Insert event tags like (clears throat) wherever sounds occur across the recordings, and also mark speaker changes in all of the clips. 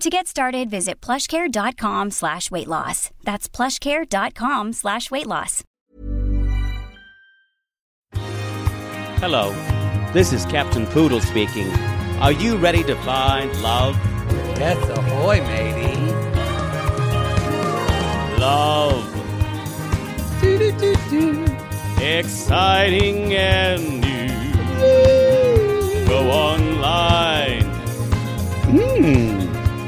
Speaker 1: To get started, visit plushcare.com slash weight loss. That's plushcare.com slash weight loss.
Speaker 2: Hello, this is Captain Poodle speaking. Are you ready to find love?
Speaker 3: Yes, ahoy, matey.
Speaker 2: Love. Exciting and new. Go online.
Speaker 3: Hmm.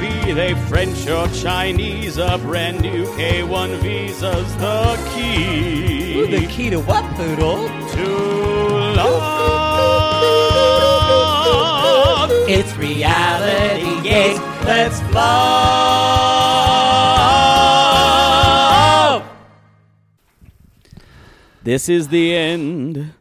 Speaker 2: Be they French or Chinese, a brand new K1 visa's the key.
Speaker 3: Ooh, the key to what, Poodle?
Speaker 2: to love.
Speaker 3: It's reality
Speaker 2: Yes,
Speaker 3: Let's love.
Speaker 2: This is the end.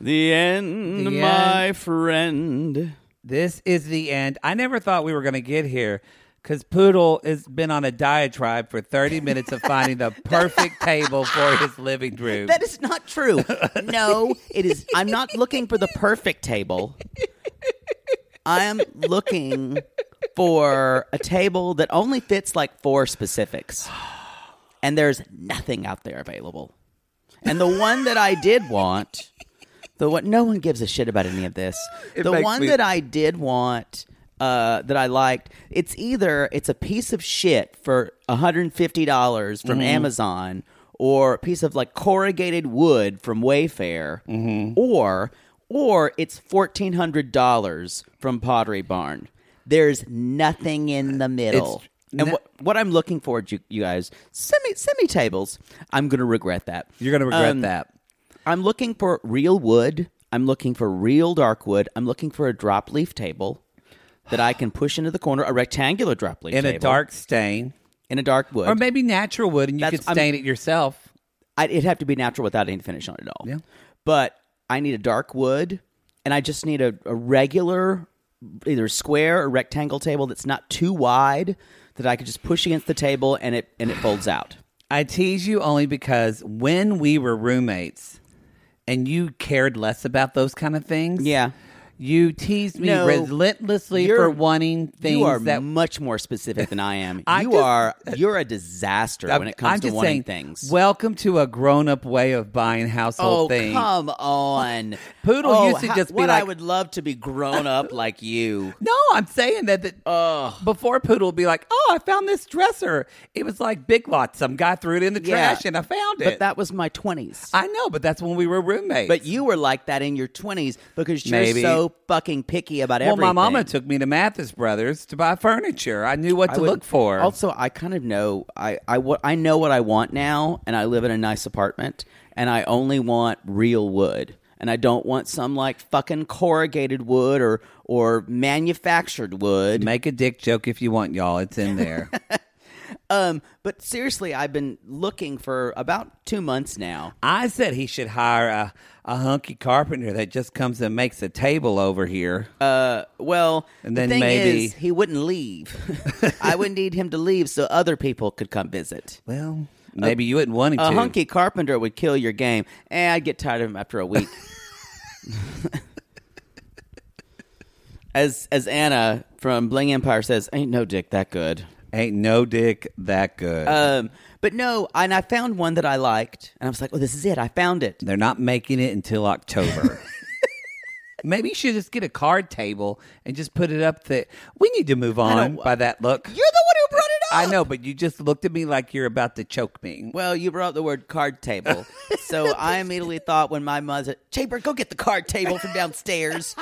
Speaker 2: The end,
Speaker 3: The
Speaker 2: my
Speaker 3: end.
Speaker 2: friend.
Speaker 3: This is the end. I never thought we were going to get here because Poodle has been on a diatribe for 30 minutes of
Speaker 4: (laughs)
Speaker 3: finding the perfect table for his living room.
Speaker 4: That is
Speaker 5: (laughs)
Speaker 4: not true. No, it is. I'm not looking for the perfect table. I am looking for a table that only fits like four specifics. And there's nothing out there available. And the one that I did want, the one no one gives a shit about any of this. the
Speaker 5: makes
Speaker 4: one
Speaker 5: me-
Speaker 4: that I did want uh, that I liked, it's either it's a piece of shit for $150 from Amazon or a piece of like corrugated wood from Wayfair or or it's $1400 from Pottery Barn. There's nothing in the middle. and what what I'm looking for, you, you guys, semi semi tables. I'm gonna regret that.
Speaker 3: You're going to regret
Speaker 4: Um,
Speaker 3: that.
Speaker 4: I'm looking for real wood. I'm looking for real dark wood. I'm looking for a drop leaf table that I can push into the corner, a rectangular drop leaf
Speaker 3: In
Speaker 4: table
Speaker 3: a dark stain.
Speaker 4: in a dark wood.
Speaker 3: Or maybe natural wood and you
Speaker 4: That's- um,
Speaker 3: could stain it yourself.
Speaker 4: I, it'd have to be natural without any finish on it at all.
Speaker 3: Yeah.
Speaker 4: But I need a dark wood, and I just need a, a regular, either square or rectangle table that's not too wide that I could just push against the table and it and it folds out.
Speaker 3: I tease you only because when we were roommates and you cared less about those kind of things.
Speaker 4: Yeah.
Speaker 3: You teased me
Speaker 4: No,
Speaker 3: relentlessly for
Speaker 4: you're-
Speaker 3: wanting things
Speaker 4: you are
Speaker 3: that
Speaker 4: much more specific than I am.
Speaker 3: (laughs) I
Speaker 4: you
Speaker 3: just-
Speaker 4: are you're a disaster when it comes to wanting things.
Speaker 3: Welcome to a grown-up way of buying household
Speaker 4: oh
Speaker 3: things.
Speaker 4: come on,
Speaker 3: (laughs) Poodle
Speaker 4: Oh,
Speaker 3: used to
Speaker 4: how-
Speaker 3: just be
Speaker 4: what I
Speaker 3: like-
Speaker 4: would love to be grown
Speaker 3: (laughs)
Speaker 4: up like you.
Speaker 3: No, I'm saying that, that before Poodle would be like, "Oh, I found this dresser." It was like Big Lots. Some guy threw it in the
Speaker 4: Yeah.
Speaker 3: trash, and I found it.
Speaker 4: But that was my twenties.
Speaker 3: I know, but that's when we were roommates.
Speaker 4: But you were like that in your 20s because you're
Speaker 3: Maybe.
Speaker 4: so fucking picky about
Speaker 3: well,
Speaker 4: everything.
Speaker 3: my mama took me to Mathis Brothers to buy furniture. I knew what
Speaker 4: I
Speaker 3: to
Speaker 4: would-
Speaker 3: look for.
Speaker 4: Also, I kind of know I I wa- I know what I want now, and I live in a nice apartment, and I only want real wood, and I don't want some like fucking corrugated wood or or manufactured wood.
Speaker 3: Make a dick joke if you want, y'all. It's
Speaker 4: (laughs)
Speaker 3: in there.
Speaker 4: Um, but seriously, I've been looking for about two months now.
Speaker 3: I said he should hire a, a hunky carpenter that just comes and makes a table over here.
Speaker 4: Uh, Well,
Speaker 3: And
Speaker 4: the
Speaker 3: then
Speaker 4: thing
Speaker 3: maybe-
Speaker 4: is, he wouldn't
Speaker 3: (laughs)
Speaker 4: leave. I would need him to leave so other people could come visit.
Speaker 3: well, maybe you wouldn't want him
Speaker 4: uh, A
Speaker 3: to.
Speaker 4: hunky carpenter would kill your game.
Speaker 3: (laughs)
Speaker 4: Eh, I'd get tired of him after a week. as as Anna from Bling Empire says, "Ain't no dick that good."
Speaker 3: Ain't no dick that good.
Speaker 4: Um, but no, and I found one that I liked, and I was like, "Oh, this is it! I found it."
Speaker 3: They're not making it
Speaker 4: (laughs)
Speaker 3: until October. Maybe you should just get a card table and just put it up that we need to move on by that look.
Speaker 4: You're the one who brought it
Speaker 3: I
Speaker 4: up!
Speaker 3: know, but you just looked at me like you're about to choke me.
Speaker 4: Well, you brought the word card table, so
Speaker 3: (laughs)
Speaker 4: I immediately thought when my mother, Chamber, go get the card table from downstairs.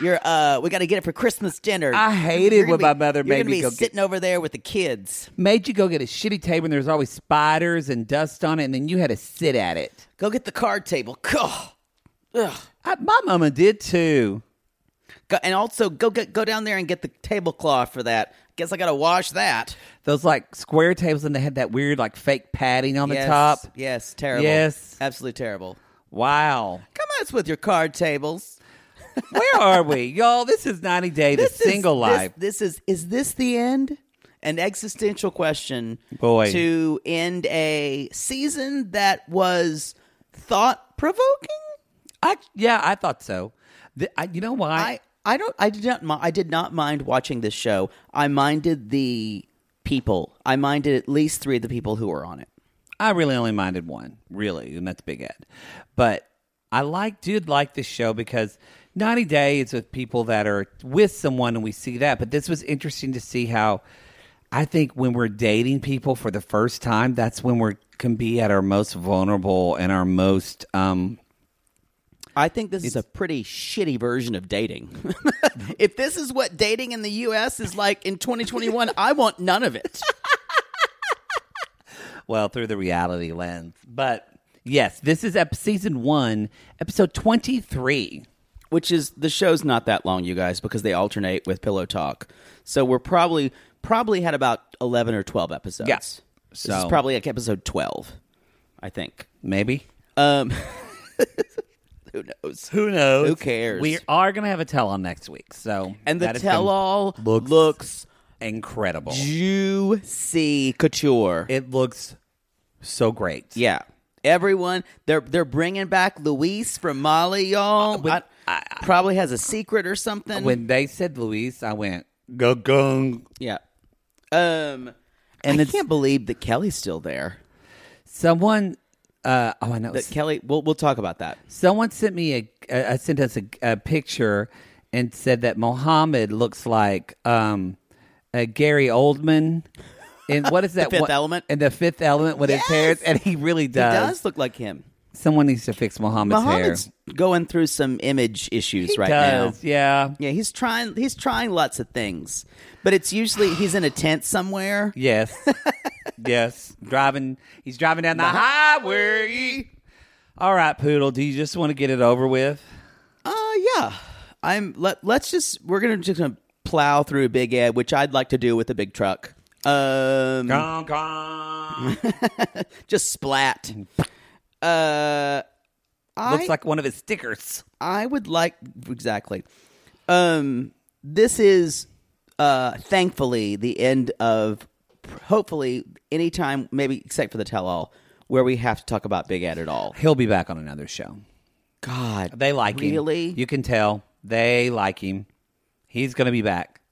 Speaker 4: You're uh, we got to get it for Christmas dinner.
Speaker 3: I hated
Speaker 4: You're gonna
Speaker 3: when my mother
Speaker 4: you're
Speaker 3: made
Speaker 4: gonna
Speaker 3: me
Speaker 4: be
Speaker 3: go get-
Speaker 4: sitting over there with the kids.
Speaker 3: Made you go get a shitty table and there was always spiders and dust on it, and then you had to sit at it.
Speaker 4: Go get the card table. Ugh. Ugh.
Speaker 3: I, my mama did too.
Speaker 4: Go, and also go get, go down there and get the tablecloth for that. Guess I got to wash that.
Speaker 3: Those like square tables, and they had that weird like fake padding on
Speaker 4: Yes,
Speaker 3: the top.
Speaker 4: Yes, terrible.
Speaker 3: Yes.
Speaker 4: absolutely terrible.
Speaker 3: Wow.
Speaker 4: Come on, it's with your card tables.
Speaker 3: Where
Speaker 4: (laughs)
Speaker 3: are we, y'all? This is 90 Day to
Speaker 4: This is-
Speaker 3: Single
Speaker 4: this-
Speaker 3: Life.
Speaker 4: This, is is this the end? An existential question
Speaker 3: Boy.
Speaker 4: to end a season that was thought provoking.
Speaker 3: I yeah, I thought so. Th- I, you know why?
Speaker 4: I I don't I did not mi- I did not mind watching this show. I minded the people. I minded at least three of the people who were on it.
Speaker 3: I really only minded one, really, and that's Big Ed. But I like did like this show because 90 Day is with people that are with someone and we see that. But this was interesting to see how I think when we're dating people for the first time, that's when we can be at our most vulnerable and our most um
Speaker 4: I think this is a pretty shitty version of dating. (laughs) if this is what dating in the U.S. is like in 2021, I want none of it.
Speaker 3: well through the reality lens. But yes, this is ep- season 1, episode 23.
Speaker 4: which is the show's not that long you guys because they alternate with pillow talk so we're probably probably had about 11 or 12 episodes
Speaker 3: Yeah.
Speaker 4: this is
Speaker 3: So-
Speaker 4: probably like episode 12 i think
Speaker 3: Maybe
Speaker 4: um who knows
Speaker 3: (laughs) Who knows?
Speaker 4: Who cares?
Speaker 3: We are going to have a tell all next week. So
Speaker 4: and the
Speaker 3: that is gonna-
Speaker 4: tell all
Speaker 3: looks-
Speaker 4: looks, looks
Speaker 3: incredible.
Speaker 4: juicy couture
Speaker 3: It looks so great.
Speaker 4: yeah everyone they're they're bringing back luis from mali y'all I- probably has a secret or something
Speaker 3: Uh, When they said Luis, I went gung gung.
Speaker 4: yeah um and I can't believe that Kelly's still there.
Speaker 3: Someone, uh, oh I know,
Speaker 4: That Kelly, we'll we'll talk about that.
Speaker 3: someone sent me a, a, a sent us a, a picture and said that Mohammed looks like um, uh, Gary Oldman. And
Speaker 4: (laughs)
Speaker 3: what is that?
Speaker 4: Fifth
Speaker 3: one-
Speaker 4: Element?
Speaker 3: And the Fifth Element with his hair, and he really does.
Speaker 4: He does look like him.
Speaker 3: Someone needs to fix Mohammed's
Speaker 4: Muhammad's
Speaker 3: hair.
Speaker 4: going through some image issues
Speaker 3: He
Speaker 4: right
Speaker 3: does,
Speaker 4: now.
Speaker 3: yeah.
Speaker 4: Yeah, he's trying he's trying lots of things. But it's usually he's in a tent somewhere.
Speaker 3: Yes.
Speaker 4: (laughs)
Speaker 3: yes. Driving he's driving down the highway. All right, Poodle, do you just want to get it over with?
Speaker 4: (sighs) Uh yeah. I'm let, let's just we're going to just gonna plow through Big Ed, which I'd like to do with a big truck. Um
Speaker 3: Gong gong.
Speaker 4: just splat. Uh
Speaker 3: Looks like one of his stickers.
Speaker 4: I would like exactly. Um, this is uh, thankfully the end of hopefully any time, maybe except for the tell-all, where we have to talk about Big Ed at all.
Speaker 3: He'll be back on another show.
Speaker 4: God,
Speaker 3: They like him.
Speaker 4: Really?
Speaker 3: You can tell. They like him. He's gonna be back.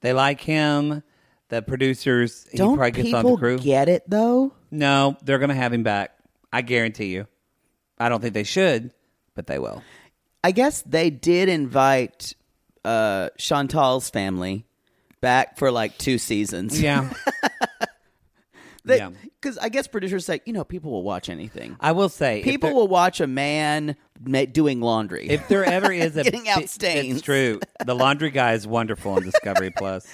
Speaker 3: They like him. The producers he
Speaker 4: don't
Speaker 3: probably gets
Speaker 4: people
Speaker 3: on the crew.
Speaker 4: get it though?
Speaker 3: no, they're gonna have him back. I guarantee you. I don't think they should, but they will.
Speaker 4: I guess they did invite uh, Chantal's family back for like two seasons. (laughs)
Speaker 3: Yeah. yeah.
Speaker 4: because I guess producers say you know people will watch anything.
Speaker 3: I will say if
Speaker 4: People
Speaker 3: there-
Speaker 4: will watch a man ma- doing laundry.
Speaker 3: If there
Speaker 4: (laughs)
Speaker 3: ever is a
Speaker 4: Getting out
Speaker 3: bi-
Speaker 4: stains.
Speaker 3: it's true. The laundry guy is wonderful on Discovery
Speaker 4: (laughs)
Speaker 3: Plus.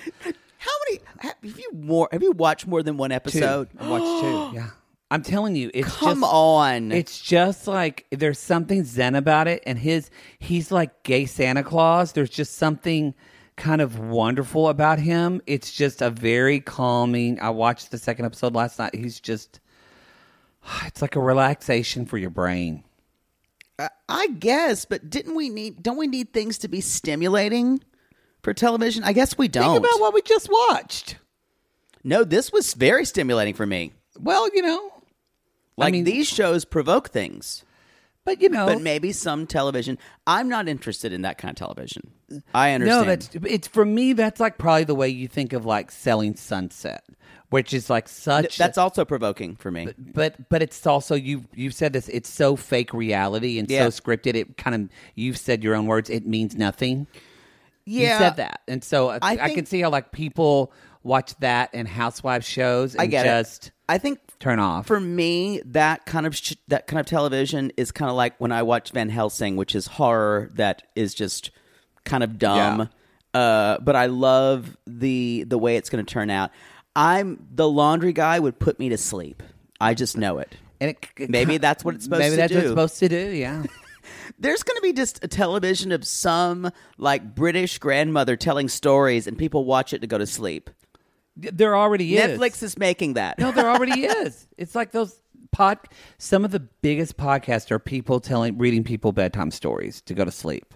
Speaker 4: How many have you more? Have you watched more than one episode?
Speaker 3: I watched two. Yeah, (gasps) I'm telling you, it's
Speaker 4: (gasps) Come
Speaker 3: just,
Speaker 4: on.
Speaker 3: It's just like there's something zen about it, and his he's like gay Santa Claus. There's just something kind of wonderful about him. It's just a very calming. I watched the second episode last night. He's just, (sighs) it's like a relaxation for your brain.
Speaker 4: I guess, but didn't we need? Don't we need things to be stimulating for television? I guess we don't.
Speaker 3: Think about what we just watched.
Speaker 4: no, this was very stimulating for me.
Speaker 3: Well, you know,
Speaker 4: Like
Speaker 3: mean- Oh.
Speaker 4: these shows provoke things.
Speaker 3: But you know,
Speaker 4: But maybe some television. I'm not interested in that kind of television. I understand.
Speaker 3: no, that's it's for me. That's like probably the way you think of like selling sunset, which is like such.
Speaker 4: that's also provoking for me.
Speaker 3: but but it's also you you've said this it's so fake reality and
Speaker 4: Yeah.
Speaker 3: so scripted it kind of you've said your own words it means nothing
Speaker 4: Yeah.
Speaker 3: you said that and so uh, i,
Speaker 4: I
Speaker 3: I can
Speaker 4: think-
Speaker 3: see how like people watch that and housewives shows and
Speaker 4: I get
Speaker 3: just
Speaker 4: it. I think
Speaker 3: turn off
Speaker 4: for me that kind of sh- that kind of television is kind of like when I watch Van Helsing, which is horror that is just kind of dumb. Uh, but I love the the way it's going to turn out. I'm the laundry guy would put me to sleep. I just know it.
Speaker 3: and it, it
Speaker 4: Maybe
Speaker 3: ki-
Speaker 4: that's what it's supposed
Speaker 3: maybe
Speaker 4: to
Speaker 3: that's what
Speaker 4: do.
Speaker 3: it's supposed to do yeah
Speaker 4: There's going to be just a television of some like British grandmother telling stories, and people watch it to go to sleep.
Speaker 3: there already is
Speaker 4: Netflix is making that.
Speaker 3: No, there already is. It's like those pod. Some of the biggest podcasts are people telling, reading people bedtime stories to go to sleep.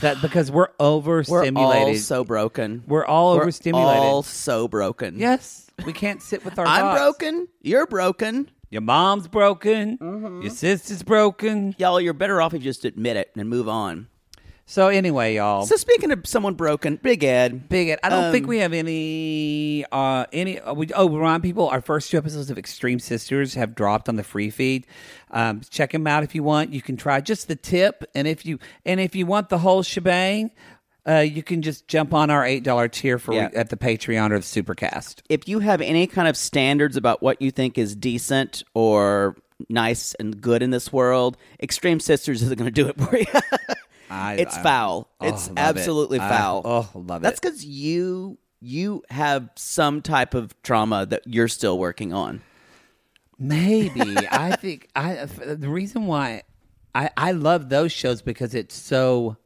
Speaker 3: That because we're
Speaker 4: We're
Speaker 3: overstimulated.
Speaker 4: all so broken.
Speaker 3: We're all overstimulated.
Speaker 4: We're all so broken.
Speaker 3: yes, we can't sit with our.
Speaker 4: I'm
Speaker 3: thoughts.
Speaker 4: broken. You're broken.
Speaker 3: Your mom's broken.
Speaker 4: Mm-hmm.
Speaker 3: Your sister's broken.
Speaker 4: Y'all, you're better off if you just admit it and move on.
Speaker 3: So anyway, y'all.
Speaker 4: So speaking of someone broken, Big Ed.
Speaker 3: Bigot. I don't
Speaker 4: Um,
Speaker 3: think we have any uh any uh, we oh remind people our first two episodes of Extreme Sisters have dropped on the free feed. Um check them out if you want. You can try just the tip and if you and if you want the whole shebang, uh you can just jump on our $8 tier for
Speaker 4: Yeah.
Speaker 3: at the Patreon or the Supercast.
Speaker 4: If you have any kind of standards about what you think is decent or nice and good in this world, Extreme Sisters isn't going to do it for you.
Speaker 3: (laughs) I,
Speaker 4: it's
Speaker 3: I-
Speaker 4: foul.
Speaker 3: oh,
Speaker 4: it's
Speaker 3: love it.
Speaker 4: absolutely
Speaker 3: I-
Speaker 4: foul.
Speaker 3: oh, love
Speaker 4: That's
Speaker 3: it.
Speaker 4: because you you have some type of trauma that you're still working on.
Speaker 3: Maybe I think I f- the reason why I I love those shows because it's so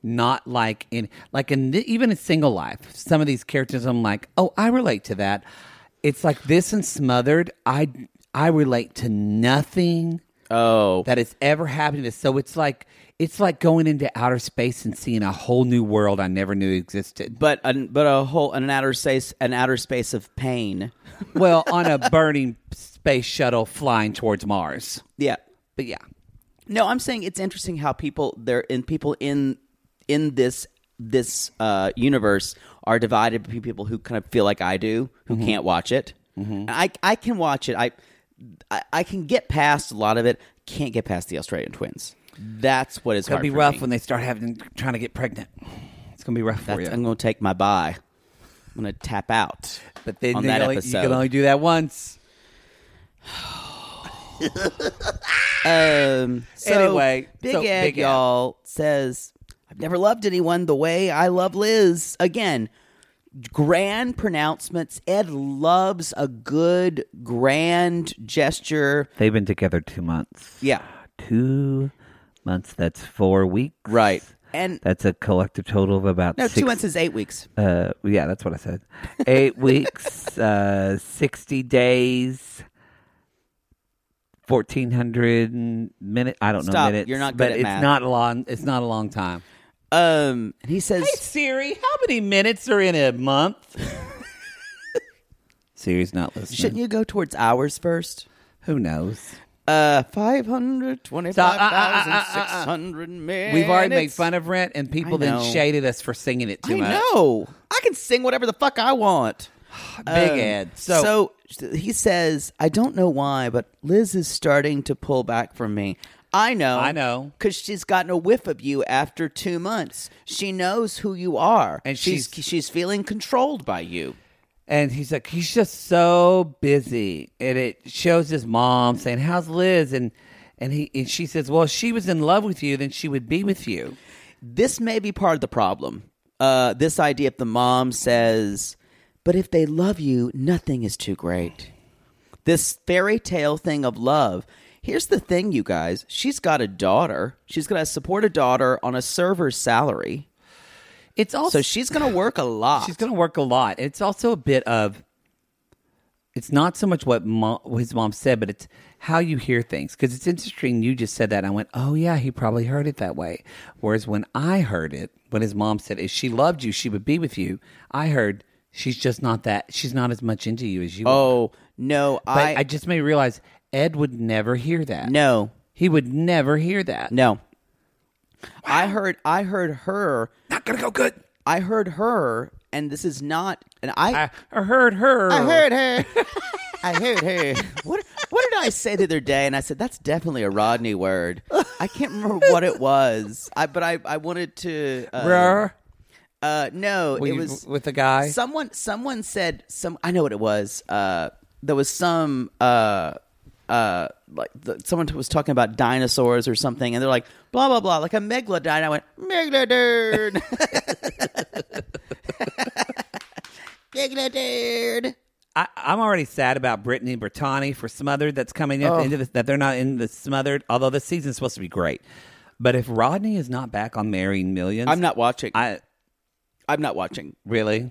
Speaker 3: not like in like in th- even in single life some of these characters I'm like oh I relate to that it's like this and smothered I I relate to nothing
Speaker 4: Oh,
Speaker 3: that has ever happened to this so it's like it's like going into outer space and seeing a whole new world I never knew existed
Speaker 4: but an, but a whole an outer space an outer space of pain. (laughs)
Speaker 3: well on a burning space shuttle flying towards Mars
Speaker 4: Yeah.
Speaker 3: but yeah
Speaker 4: No, I'm saying it's interesting how people there in people in in this this uh, universe are divided between people who kind of feel like I do, who
Speaker 3: Mm-hmm.
Speaker 4: can't watch it. And I I can watch it. I, I I can get past a lot of it. Can't get past the Australian twins. That's what is
Speaker 3: It's gonna
Speaker 4: hard
Speaker 3: be
Speaker 4: for
Speaker 3: rough
Speaker 4: me.
Speaker 3: when they start having trying to get pregnant. It's gonna be rough for
Speaker 4: That's,
Speaker 3: you.
Speaker 4: I'm going to take my bye. I'm going to tap out.
Speaker 3: but then
Speaker 4: on
Speaker 3: they
Speaker 4: that
Speaker 3: only- you can
Speaker 4: episode.
Speaker 3: only do that once.
Speaker 4: Um, so
Speaker 3: Anyway,
Speaker 4: Big
Speaker 3: so
Speaker 4: Ed,
Speaker 3: Big Ed.
Speaker 4: y'all says, "I've never loved anyone the way I love Liz." Again, grand pronouncements. Ed loves a good grand gesture.
Speaker 3: They've been together two months.
Speaker 4: Yeah,
Speaker 3: Two months. That's four weeks.
Speaker 4: right. And
Speaker 3: That's a collective total of about
Speaker 4: no, two months is eight weeks.
Speaker 3: Uh, yeah, that's what I said. Eight (laughs) weeks, uh, sixty days, fourteen hundred minutes. I don't
Speaker 4: Stop.
Speaker 3: know minutes.
Speaker 4: You're not good
Speaker 3: but
Speaker 4: at
Speaker 3: it's
Speaker 4: math.
Speaker 3: not a long. It's not a long time.
Speaker 4: Um, and he says,
Speaker 3: Hey Siri, how many minutes are in a month? (laughs) Siri's not listening.
Speaker 4: "Shouldn't you go towards hours first?
Speaker 3: Who knows?
Speaker 4: Uh, five hundred twenty-five thousand six hundred
Speaker 3: uh,
Speaker 4: minutes.
Speaker 3: We've already made fun of Rent, and people
Speaker 4: I
Speaker 3: then
Speaker 4: know.
Speaker 3: shaded us for singing it too
Speaker 4: I
Speaker 3: much.
Speaker 4: know. I can sing whatever the fuck I want."
Speaker 3: Big
Speaker 4: Um,
Speaker 3: Ed. So,
Speaker 4: so he says, I don't know why, but Liz is starting to pull back from me. I know.
Speaker 3: I know.
Speaker 4: Because she's gotten a whiff of you after two months. She knows who you are.
Speaker 3: And
Speaker 4: she's she's, feeling controlled by you.
Speaker 3: and he's like, he's just so busy, and it shows his mom saying, "How's Liz?" and and he and she says, "Well, if she was in love with you, then she would be with you."
Speaker 4: This may be part of the problem. Uh, this idea if the mom says, but if they love you, nothing is too great. This fairy tale thing of love. Here's the thing, you guys. She's got a daughter. She's going to support a daughter on a server's salary.
Speaker 3: It's also
Speaker 4: So she's going to work a lot.
Speaker 3: She's going to work a lot. It's also a bit of. It's not so much what mo- what his mom said, but it's how you hear things. Because it's interesting. You just said that. And I went, oh yeah, he probably heard it that way. Whereas when I heard it, when his mom said, if she loved you, she would be with you. I heard she's just not that. She's not as much into you as you. are."
Speaker 4: Oh no,
Speaker 3: But I,
Speaker 4: I,
Speaker 3: just may realize Ed would never hear that.
Speaker 4: no.
Speaker 3: He would never hear that.
Speaker 4: No. I heard I heard her
Speaker 5: Not gonna go good.
Speaker 4: I heard her and this is not and I
Speaker 3: I I heard her.
Speaker 4: I heard her. (laughs) I heard her. What what did I say the other day? And I said that's definitely a Rodney word. I can't remember what it was. I but I I wanted to uh,
Speaker 3: Her.
Speaker 4: Uh, no,
Speaker 3: Were
Speaker 4: it
Speaker 3: you
Speaker 4: was
Speaker 3: with the guy?
Speaker 4: Someone someone said some. I know what it was. Uh, there was some. Uh, uh, like the, someone was talking about dinosaurs or something, and they're like blah blah blah, like a megalodon. I went
Speaker 3: (laughs)
Speaker 4: megalodon. (laughs) megalodon.
Speaker 3: I, I'm already sad about Brittany Bertani for Smothered that's coming at the
Speaker 4: Oh.
Speaker 3: end of this, that they're not in the Smothered, although the season's supposed to be great. But if Rodney is not back on Marrying Millions,
Speaker 4: I'm not watching. I,
Speaker 3: I
Speaker 4: I'm not watching.
Speaker 3: really,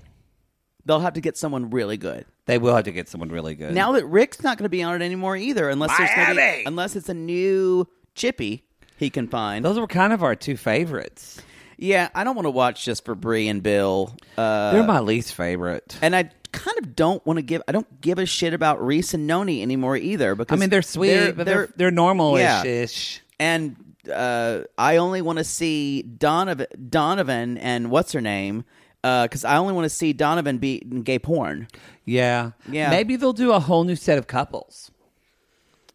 Speaker 4: They'll have to get someone really good.
Speaker 3: they will have to get someone really good.
Speaker 4: Now that Rick's not going to be on it anymore either, unless there's gonna be, unless it's a new Chippy he can find.
Speaker 3: those were kind of our two favorites.
Speaker 4: Yeah, I don't want to watch just for Brie and Bill. Uh,
Speaker 3: They're my least favorite.
Speaker 4: and I kind of don't want to give. I don't give a shit about Reese and Noni anymore either.
Speaker 3: I
Speaker 4: Because
Speaker 3: mean, they're sweet, but they're they're
Speaker 4: Yeah.
Speaker 3: normal ish.
Speaker 4: and uh, I only want to see Donovan, Donovan, and what's her name? Because I only want to see Donovan be in gay porn.
Speaker 3: Yeah.
Speaker 4: Yeah.
Speaker 3: Maybe they'll do a whole new set of couples.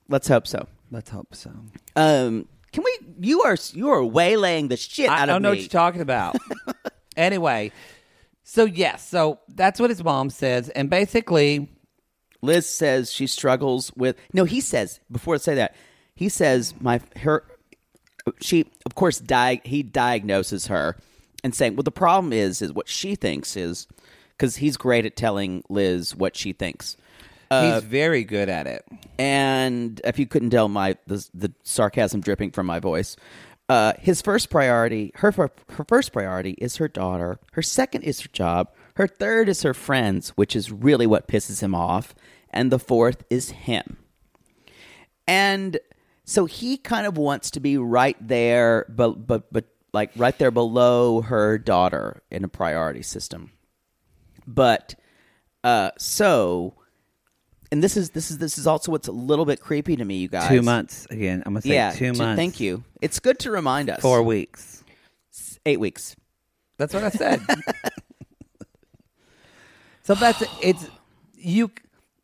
Speaker 4: Let's hope so.
Speaker 3: Let's hope so.
Speaker 4: Um, can we? You are you are waylaying the shit
Speaker 3: I,
Speaker 4: out
Speaker 3: I
Speaker 4: of
Speaker 3: don't know
Speaker 4: me.
Speaker 3: what you're talking (laughs) about. anyway, so yes, so that's what his mom says, and basically,
Speaker 4: Liz says she struggles with no. He says before I say that, he says my her she of course di- he diagnoses her and saying well the problem is is what she thinks is because he's great at telling Liz what she thinks
Speaker 3: he's very good at it.
Speaker 4: and if you couldn't tell my the, the sarcasm dripping from my voice uh, his first priority her fir- her first priority is her daughter her second is her job her third is her friends which is really what pisses him off and the fourth is him and so he kind of wants to be right there but but but like right there below her daughter in a priority system but uh so and this is this is this is also what's a little bit creepy to me you guys
Speaker 3: Two months again. I'm gonna say
Speaker 4: yeah
Speaker 3: two
Speaker 4: t-
Speaker 3: months.
Speaker 4: thank you it's good to remind us
Speaker 3: Four weeks.
Speaker 4: eight weeks
Speaker 3: That's what I said. so that's it's you.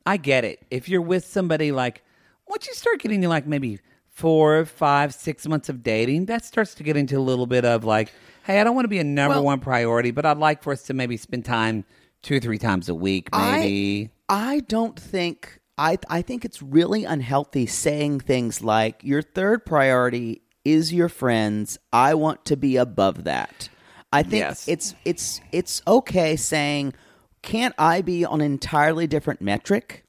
Speaker 3: I get it. If you're with somebody, like once you start getting to like maybe four, five, six months of dating, that starts to get into a little bit of like, hey, I don't want to be a number
Speaker 4: Well-
Speaker 3: one priority, but I'd like for us to maybe spend time two or three times a week, maybe.
Speaker 4: I, I don't think I I think it's really unhealthy saying things like your third priority is your friends. I want to be above that. I think
Speaker 3: Yes.
Speaker 4: it's it's it's okay saying can't I be on an entirely different metric?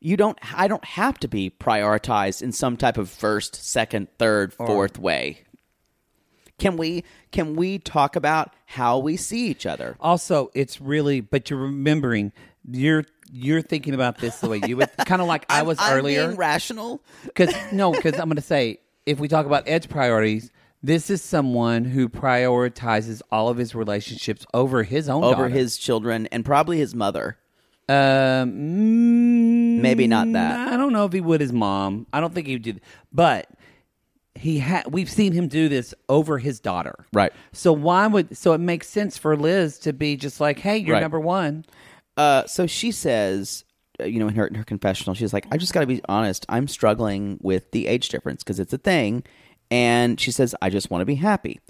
Speaker 4: You don't I don't have to be prioritized in some type of first, second, third, fourth way. Can we can we talk about how we see each other?
Speaker 3: Also, it's really, but you're remembering you're you're thinking about this the way you would kind of like I was
Speaker 4: (laughs) I'm
Speaker 3: earlier.
Speaker 4: being rational.
Speaker 3: Because no, because I'm going to say if we talk about edge priorities, this is someone who prioritizes all of his relationships over his own
Speaker 4: over
Speaker 3: daughter.
Speaker 4: his children and probably his mother.
Speaker 3: um,
Speaker 4: Maybe not that.
Speaker 3: I don't know if he would his mom. I don't think he would do, but he ha- We've seen him do this over his daughter,
Speaker 4: Right.
Speaker 3: So why would so it makes sense for Liz to be just like, hey, you're
Speaker 4: Right.
Speaker 3: number one.
Speaker 4: Uh, so she says, uh, you know, in her in her confessional, she's like, I just got to be honest. I'm struggling with the age difference because it's a thing, and she says, I just want to be happy.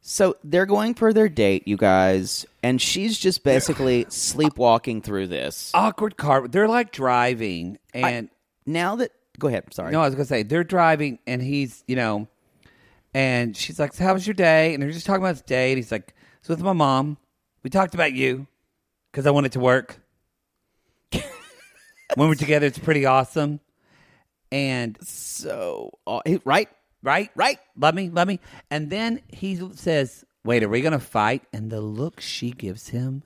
Speaker 4: So they're going for their date, you guys, and she's just
Speaker 3: (laughs)
Speaker 4: basically sleepwalking through this.
Speaker 3: Awkward car. They're like driving, and
Speaker 4: Now that, go ahead. Sorry.
Speaker 3: No, I was gonna say they're driving, and he's you know, and she's like, so "How was your day?" And they're just talking about his day, and he's like, "So with my mom, we talked about you because I wanted
Speaker 4: (laughs)
Speaker 3: to work. when we're together, it's pretty awesome." And
Speaker 4: so uh, he- right,
Speaker 3: right,
Speaker 4: Right.
Speaker 3: love me, love me. And then he says, "Wait, are we gonna fight?" And the look she gives him,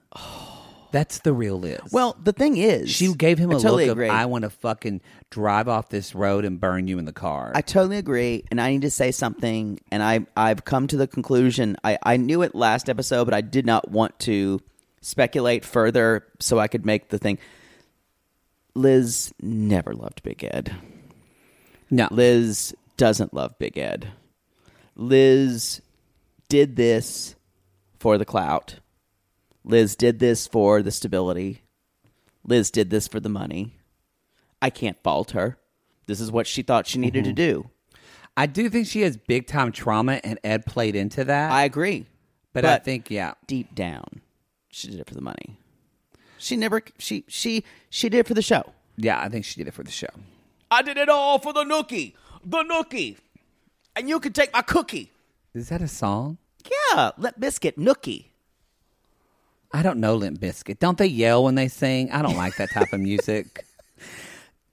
Speaker 3: that's the real Liz.
Speaker 4: Oh. Well, the thing is,
Speaker 3: She gave him
Speaker 4: I
Speaker 3: a
Speaker 4: totally
Speaker 3: look
Speaker 4: agree.
Speaker 3: of I want to fucking drive off this road and burn you in the car.
Speaker 4: I totally agree, and I need to say something. And I I've come to the conclusion. I I knew it last episode, but I did not want to speculate further, so I could make the thing. Liz never loved Big Ed.
Speaker 3: no,
Speaker 4: Liz doesn't love Big Ed. Liz did this for the clout. Liz did this for the stability. Liz did this for the money. I can't fault her. This is what she thought she needed to do.
Speaker 3: I do think she has big time trauma, and Ed played into that.
Speaker 4: I agree.
Speaker 3: but, I think yeah,
Speaker 4: deep down, she did it for the money. She never she she she did it for the show.
Speaker 3: yeah, I think she did it for the show.
Speaker 4: I did it all for the nookie. The nookie. And you can take my cookie.
Speaker 3: Is that a song?
Speaker 4: Yeah, let biscuit nookie.
Speaker 3: I don't know Limp Biscuit. Don't they yell when they sing? I don't like that type of music. (laughs)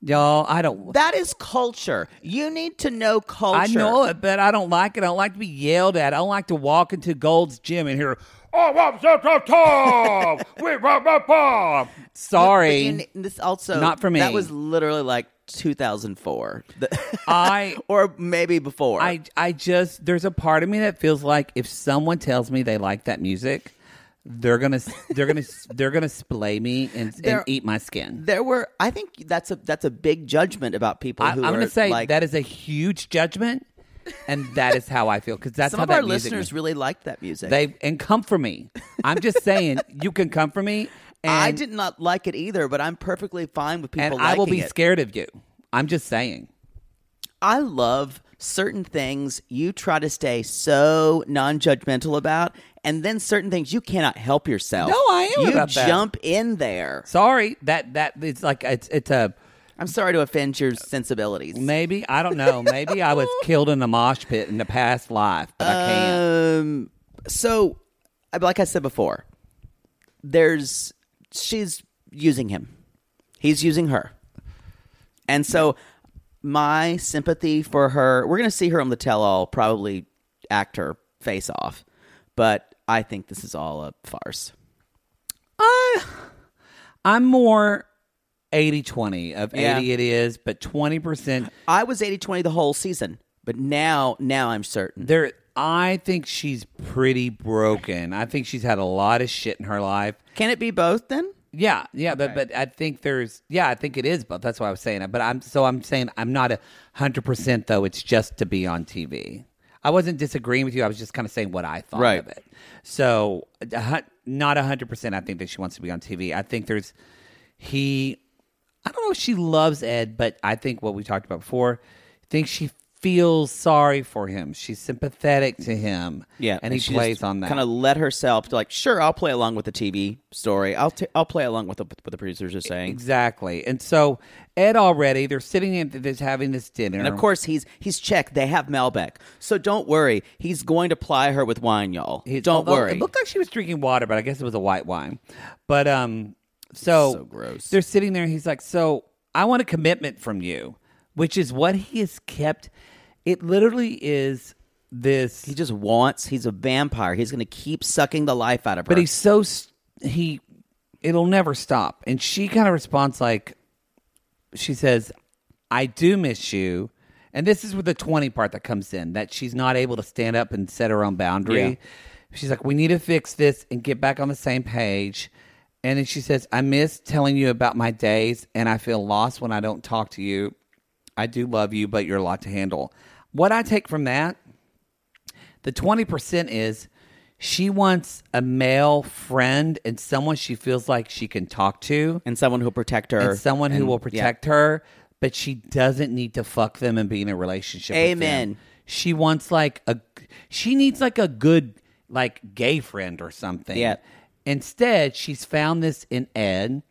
Speaker 3: Y'all, I don't.
Speaker 4: That is culture. You need to know culture.
Speaker 3: I know it, but I don't like it. I don't like to be yelled at. I don't like to walk into Gold's Gym and hear, "Oh, I'm so so
Speaker 4: (laughs)
Speaker 3: tall. We rock my bomb."
Speaker 4: But
Speaker 3: Sorry,
Speaker 4: you ne- this also
Speaker 3: Not for me.
Speaker 4: That was literally like 2004, The- (laughs)
Speaker 3: I
Speaker 4: or maybe before.
Speaker 3: I I just there's a part of me that feels like if someone tells me they like that music, they're gonna they're gonna (laughs) they're gonna splay me and, and
Speaker 4: There-
Speaker 3: eat my skin.
Speaker 4: there were. I think that's a that's a big judgment about people
Speaker 3: I, I'm
Speaker 4: who are
Speaker 3: gonna say
Speaker 4: like
Speaker 3: that is a huge judgment, and that is how I feel because that's
Speaker 4: some
Speaker 3: how
Speaker 4: of
Speaker 3: that
Speaker 4: our
Speaker 3: music
Speaker 4: listeners
Speaker 3: makes-
Speaker 4: really liked that music.
Speaker 3: they and come for me. I'm
Speaker 4: (laughs)
Speaker 3: just saying you can come for me. And,
Speaker 4: I did not like it either, but I'm perfectly fine with people.
Speaker 3: and I will
Speaker 4: liking
Speaker 3: be
Speaker 4: it.
Speaker 3: scared of you. I'm just saying.
Speaker 4: I love certain things you try to stay so non-judgmental about, and then certain things you cannot help yourself.
Speaker 3: No, I am
Speaker 4: You
Speaker 3: about that.
Speaker 4: jump in there.
Speaker 3: Sorry that that it's like it's it's a
Speaker 4: I'm sorry to offend your sensibilities.
Speaker 3: maybe I don't know maybe I
Speaker 4: (laughs)
Speaker 3: was killed in a mosh pit in a past life, but I can't.
Speaker 4: Um. So, I- like I said before, there's she's using him. He's using her, and so my sympathy for her. We're gonna see her on the tell-all, probably act her face off, but I think this is all a farce.
Speaker 3: I'm more 80 20 of
Speaker 4: Yeah.
Speaker 3: 80 it is, but 20%
Speaker 4: I was 80-20 the whole season, but now now I'm certain.
Speaker 3: there. I think she's pretty broken. I think she's had a lot of shit in her life.
Speaker 4: Can it be both then?
Speaker 3: Yeah, yeah, but but I think there's yeah, I think it is both. That's why I was saying it. But I'm so I'm saying I'm not a hundred percent though. It's just to be on TV. I wasn't disagreeing with you. I was just kind of saying what I thought
Speaker 4: Right.
Speaker 3: of it. So a hun- not a hundred percent. I think that she wants to be on TV. I think there's he. I don't know if she loves Ed, but I think what we talked about before. I think she feels sorry for him. She's sympathetic to him. and, he plays on that.
Speaker 4: Kind of let herself like, sure, I'll play along with the TV story. I'll t- I'll play along with the, what the producers are saying.
Speaker 3: Exactly. And so Ed already, they're sitting in, they're having this dinner.
Speaker 4: And of course, he's he's Czech. They have Malbec, so don't worry. He's going to ply her with wine, y'all.
Speaker 3: He-
Speaker 4: don't
Speaker 3: although
Speaker 4: worry.
Speaker 3: It looked like she was drinking water, but I guess it was a white wine. But um, so,
Speaker 4: So gross.
Speaker 3: They're sitting there. And he's like, "So I want a commitment from you," which is what he has kept. It literally is this.
Speaker 4: he just wants. He's a vampire. He's going to keep sucking the life out of her.
Speaker 3: but he's so s- he, it'll never stop. And she kind of responds like, she says, I do miss you. And this is where the 20 part that comes in that she's not able to stand up and set her own boundary. She's like, we need to fix this and get back on the same page. And then she says, I miss telling you about my days and I feel lost when I don't talk to you. I do love you, but you're a lot to handle. What I take from that, the 20% is she wants a male friend and someone she feels like she can talk to
Speaker 4: and someone who'll protect her.
Speaker 3: and someone who
Speaker 4: and-
Speaker 3: will
Speaker 4: yeah.
Speaker 3: protect her, but she doesn't need to fuck them and be in a relationship. with them.
Speaker 4: Amen.
Speaker 3: She wants like a, she needs like a good like gay friend or something.
Speaker 4: Yeah.
Speaker 3: Instead, she's found this in Ed,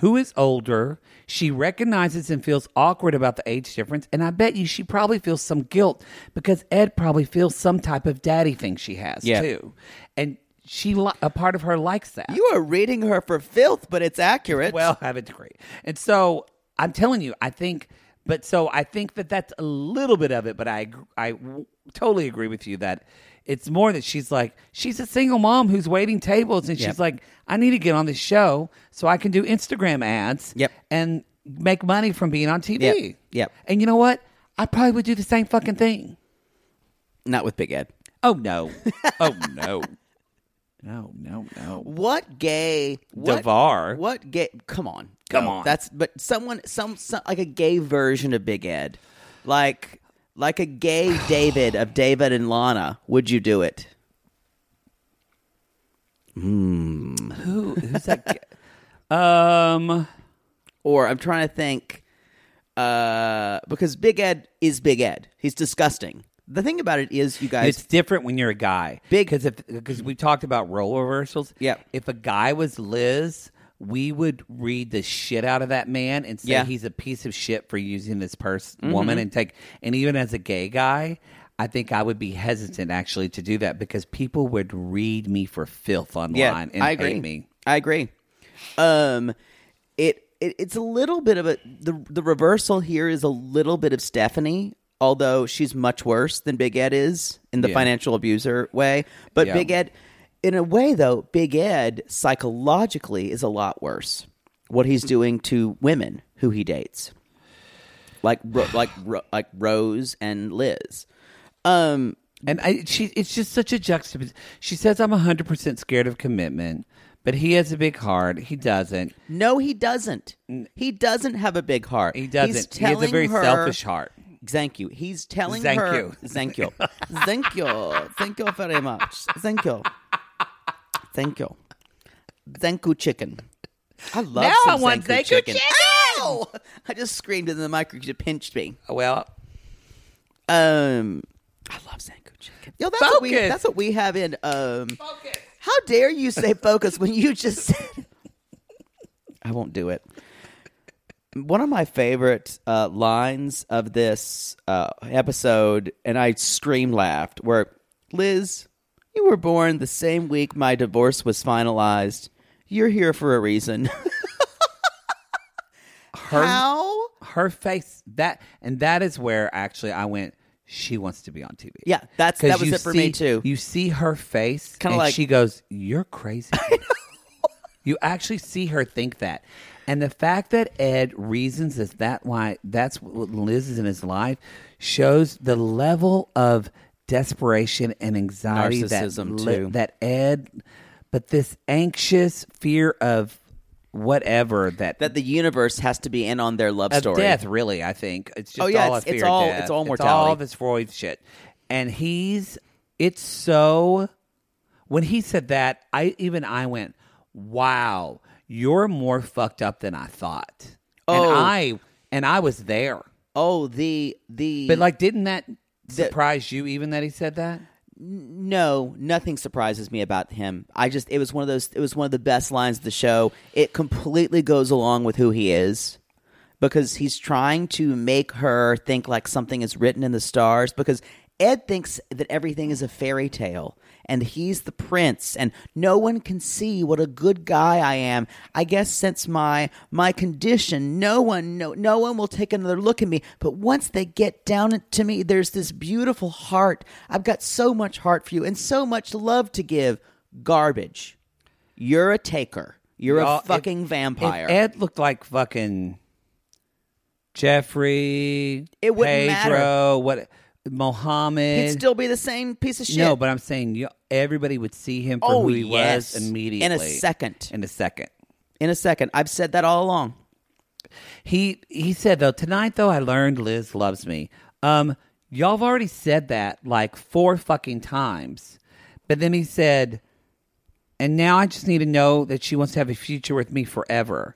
Speaker 3: who is older. She recognizes and feels awkward about the age difference, and I bet you she probably feels some guilt because Ed probably feels some type of daddy thing she has
Speaker 4: Yeah.
Speaker 3: too, and she li- a part of her likes that.
Speaker 4: You are reading her for filth, but it's accurate.
Speaker 3: Well, have a degree. And so I'm telling you, I think, but so I think that that's a little bit of it, but I, ag- I w- totally agree with you that it's more that she's like, she's a single mom who's waiting tables and she's like, I need to get on this show so I can do Instagram ads
Speaker 4: Yep.
Speaker 3: and make money from being on TV.
Speaker 4: Yep. Yep.
Speaker 3: And you know what? I probably would do the same fucking thing.
Speaker 4: not with Big Ed.
Speaker 3: Oh, no. oh, no. (laughs) No, no, no.
Speaker 4: What gay what,
Speaker 3: Devar.
Speaker 4: What gay? Come on,
Speaker 3: Come
Speaker 4: No,
Speaker 3: on.
Speaker 4: That's but someone some, some like a gay version of Big Ed, like Like a gay David of David and Lana, would you do it?
Speaker 3: Who's (laughs) that? um,
Speaker 4: Or I'm trying to think, uh, because Big Ed is Big Ed. He's disgusting. The thing about it is, you guys,
Speaker 3: it's different when you're a guy.
Speaker 4: Big-
Speaker 3: because if because we talked about role reversals.
Speaker 4: Yeah.
Speaker 3: If a guy was Liz, we would read the shit out of that man and say
Speaker 4: Yeah. Mm-hmm.
Speaker 3: he's a piece of shit for using this person woman and take and even as a gay guy. I think I would be hesitant actually to do that because people would read me for filth online and
Speaker 4: I agree.
Speaker 3: hate me.
Speaker 4: I agree. Um, it, it it's a little bit of a the the reversal here is a little bit of Stephanie, although she's much worse than Big Ed is in the
Speaker 3: Yeah.
Speaker 4: financial abuser way. But
Speaker 3: Yeah.
Speaker 4: Big Ed, in a way though, Big Ed psychologically is a lot worse. What he's doing to women who he dates, like
Speaker 3: (sighs)
Speaker 4: Ro- like Ro- like Rose and Liz. Um,
Speaker 3: And I, she, it's just such a juxtaposition. She says, "I'm 100 percent scared of commitment," but he has a big heart. He doesn't.
Speaker 4: No, he doesn't. He doesn't have a big heart.
Speaker 3: He
Speaker 4: He's
Speaker 3: doesn't. He has a
Speaker 4: telling
Speaker 3: very
Speaker 4: her-
Speaker 3: selfish heart.
Speaker 4: Thank you. He's telling
Speaker 3: Thank
Speaker 4: her.
Speaker 3: you.
Speaker 4: Thank
Speaker 3: (laughs)
Speaker 4: you. Thank you. Thank you very much. Thank you. Thank you. Thank you, chicken. I love
Speaker 3: Now
Speaker 4: some
Speaker 3: I want
Speaker 4: thank you
Speaker 3: thank you
Speaker 4: chicken. Ow! I just screamed and then the mic because it pinched me.
Speaker 3: Well,
Speaker 4: Um, I love Zanku chicken. Yo, that's what we
Speaker 3: Focus.
Speaker 4: that's what we have in um. How dare you say focus when you just said? I won't do it. One of my favorite uh, lines of this uh, episode, and I scream laughed, were Liz, you were born the same week my divorce was finalized. You're here for a reason. (laughs) How?
Speaker 3: her face that and that is where actually I went. She wants to be on TV.
Speaker 4: Yeah, that's- that
Speaker 3: 'Cause
Speaker 4: was
Speaker 3: you
Speaker 4: it for me,
Speaker 3: see-
Speaker 4: too.
Speaker 3: You see her face,
Speaker 4: Kinda
Speaker 3: and
Speaker 4: like-
Speaker 3: she goes,
Speaker 4: (laughs)
Speaker 3: "You're crazy." you actually see her think that, and the fact that Ed reasons is that why that's what Liz is in his life shows the level of desperation and anxiety
Speaker 4: Narcissism,
Speaker 3: that
Speaker 4: too.
Speaker 3: that Ed, but this anxious fear of whatever that
Speaker 4: That the universe has to be in on their love
Speaker 3: of
Speaker 4: story.
Speaker 3: death, really. I think it's just
Speaker 4: Oh, yeah,
Speaker 3: all
Speaker 4: it's-
Speaker 3: a fear
Speaker 4: it's
Speaker 3: of
Speaker 4: all-
Speaker 3: death.
Speaker 4: it's all
Speaker 3: all
Speaker 4: mortality.
Speaker 3: of his Freud shit, and he's it's so. When he said that, I even I went, "Wow, you're more fucked up than I thought."
Speaker 4: Oh.
Speaker 3: and I and I was there,
Speaker 4: Oh, the the
Speaker 3: but like, didn't that surprise you? Even that he said that.
Speaker 4: no, nothing surprises me about him. I just it was one of those it was one of the best lines of the show. It completely goes along with who he is because he's trying to make her think like something is written in the stars because Ed thinks that everything is a fairy tale and he's the prince and no one can see what a good guy I am. I guess since my my condition, no one no no one will take another look at me, but once they get down to me, there's this beautiful heart. I've got so much heart for you and so much love to give. Garbage. You're a taker. You're a
Speaker 3: Y'all, if-
Speaker 4: fucking
Speaker 3: if
Speaker 4: vampire.
Speaker 3: Ed looked like fucking Jeffrey.
Speaker 4: It wouldn't matter.
Speaker 3: Pedro, What Mohammed?
Speaker 4: He'd still be the same piece of shit.
Speaker 3: No, but I'm saying you, everybody would see him for
Speaker 4: Oh,
Speaker 3: who he
Speaker 4: yes. In
Speaker 3: was
Speaker 4: a
Speaker 3: immediately.
Speaker 4: second.
Speaker 3: In a second.
Speaker 4: in a second. I've said that all along.
Speaker 3: He he said though tonight though I learned Liz loves me. Um, y'all have already said that like four fucking times, but then he said, and now I just need to know that she wants to have a future with me forever.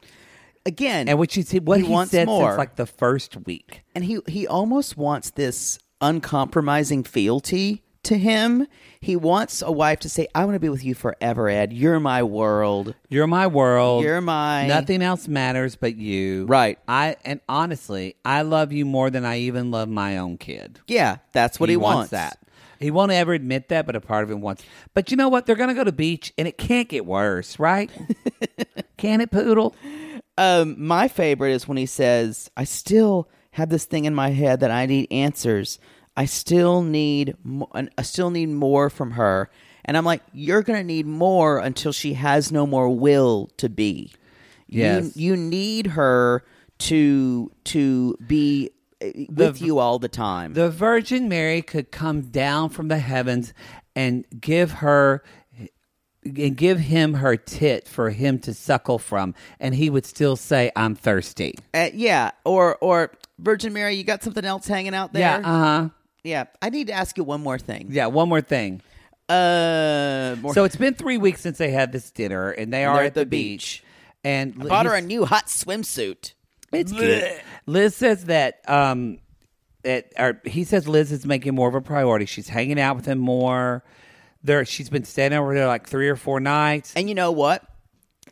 Speaker 4: Again,
Speaker 3: And what you see, what
Speaker 4: He
Speaker 3: he,
Speaker 4: wants
Speaker 3: said
Speaker 4: more.
Speaker 3: since like the first week.
Speaker 4: and he he almost wants this uncompromising fealty to him. He wants a wife to say, "I want to be with you forever, Ed. You're my world."
Speaker 3: You're my world.
Speaker 4: You're my-
Speaker 3: Nothing else matters but you.
Speaker 4: Right.
Speaker 3: I and honestly, I love you more than I even love my own kid.
Speaker 4: Yeah, that's what he,
Speaker 3: wants. that. He won't ever admit that, but a part of him wants. But you know what? They're going to go to beach, and it can't get
Speaker 4: (laughs)
Speaker 3: worse, right? Can it, poodle?
Speaker 4: Um, my favorite is when he says, "I still have this thing in my head that I need answers. I still need, mo- an- I still need more from her." And I'm like, "You're gonna need more until she has no more will to be. You-
Speaker 3: Yes.
Speaker 4: you, need her to to be uh, with you all the time.
Speaker 3: The Virgin Mary could come down from the heavens and give her and give him her tit for him to suckle from, and he would still say, "I'm thirsty."
Speaker 4: Uh, yeah, Eh, or or Virgin Mary, you got something else hanging out there?
Speaker 3: Yeah, uh huh.
Speaker 4: Yeah. I need to ask you one more thing.
Speaker 3: Yeah, one more thing.
Speaker 4: Uh, more.
Speaker 3: So it's been three weeks since they had this dinner, and they are
Speaker 4: they're
Speaker 3: at the, beach. And Li-
Speaker 4: bought her a
Speaker 3: he's-
Speaker 4: new hot swimsuit.
Speaker 3: it's cute. Liz says that um, that or he says Liz is making more of a priority. She's hanging out with him more. There, she's been staying over there like three or four nights.
Speaker 4: And you know what?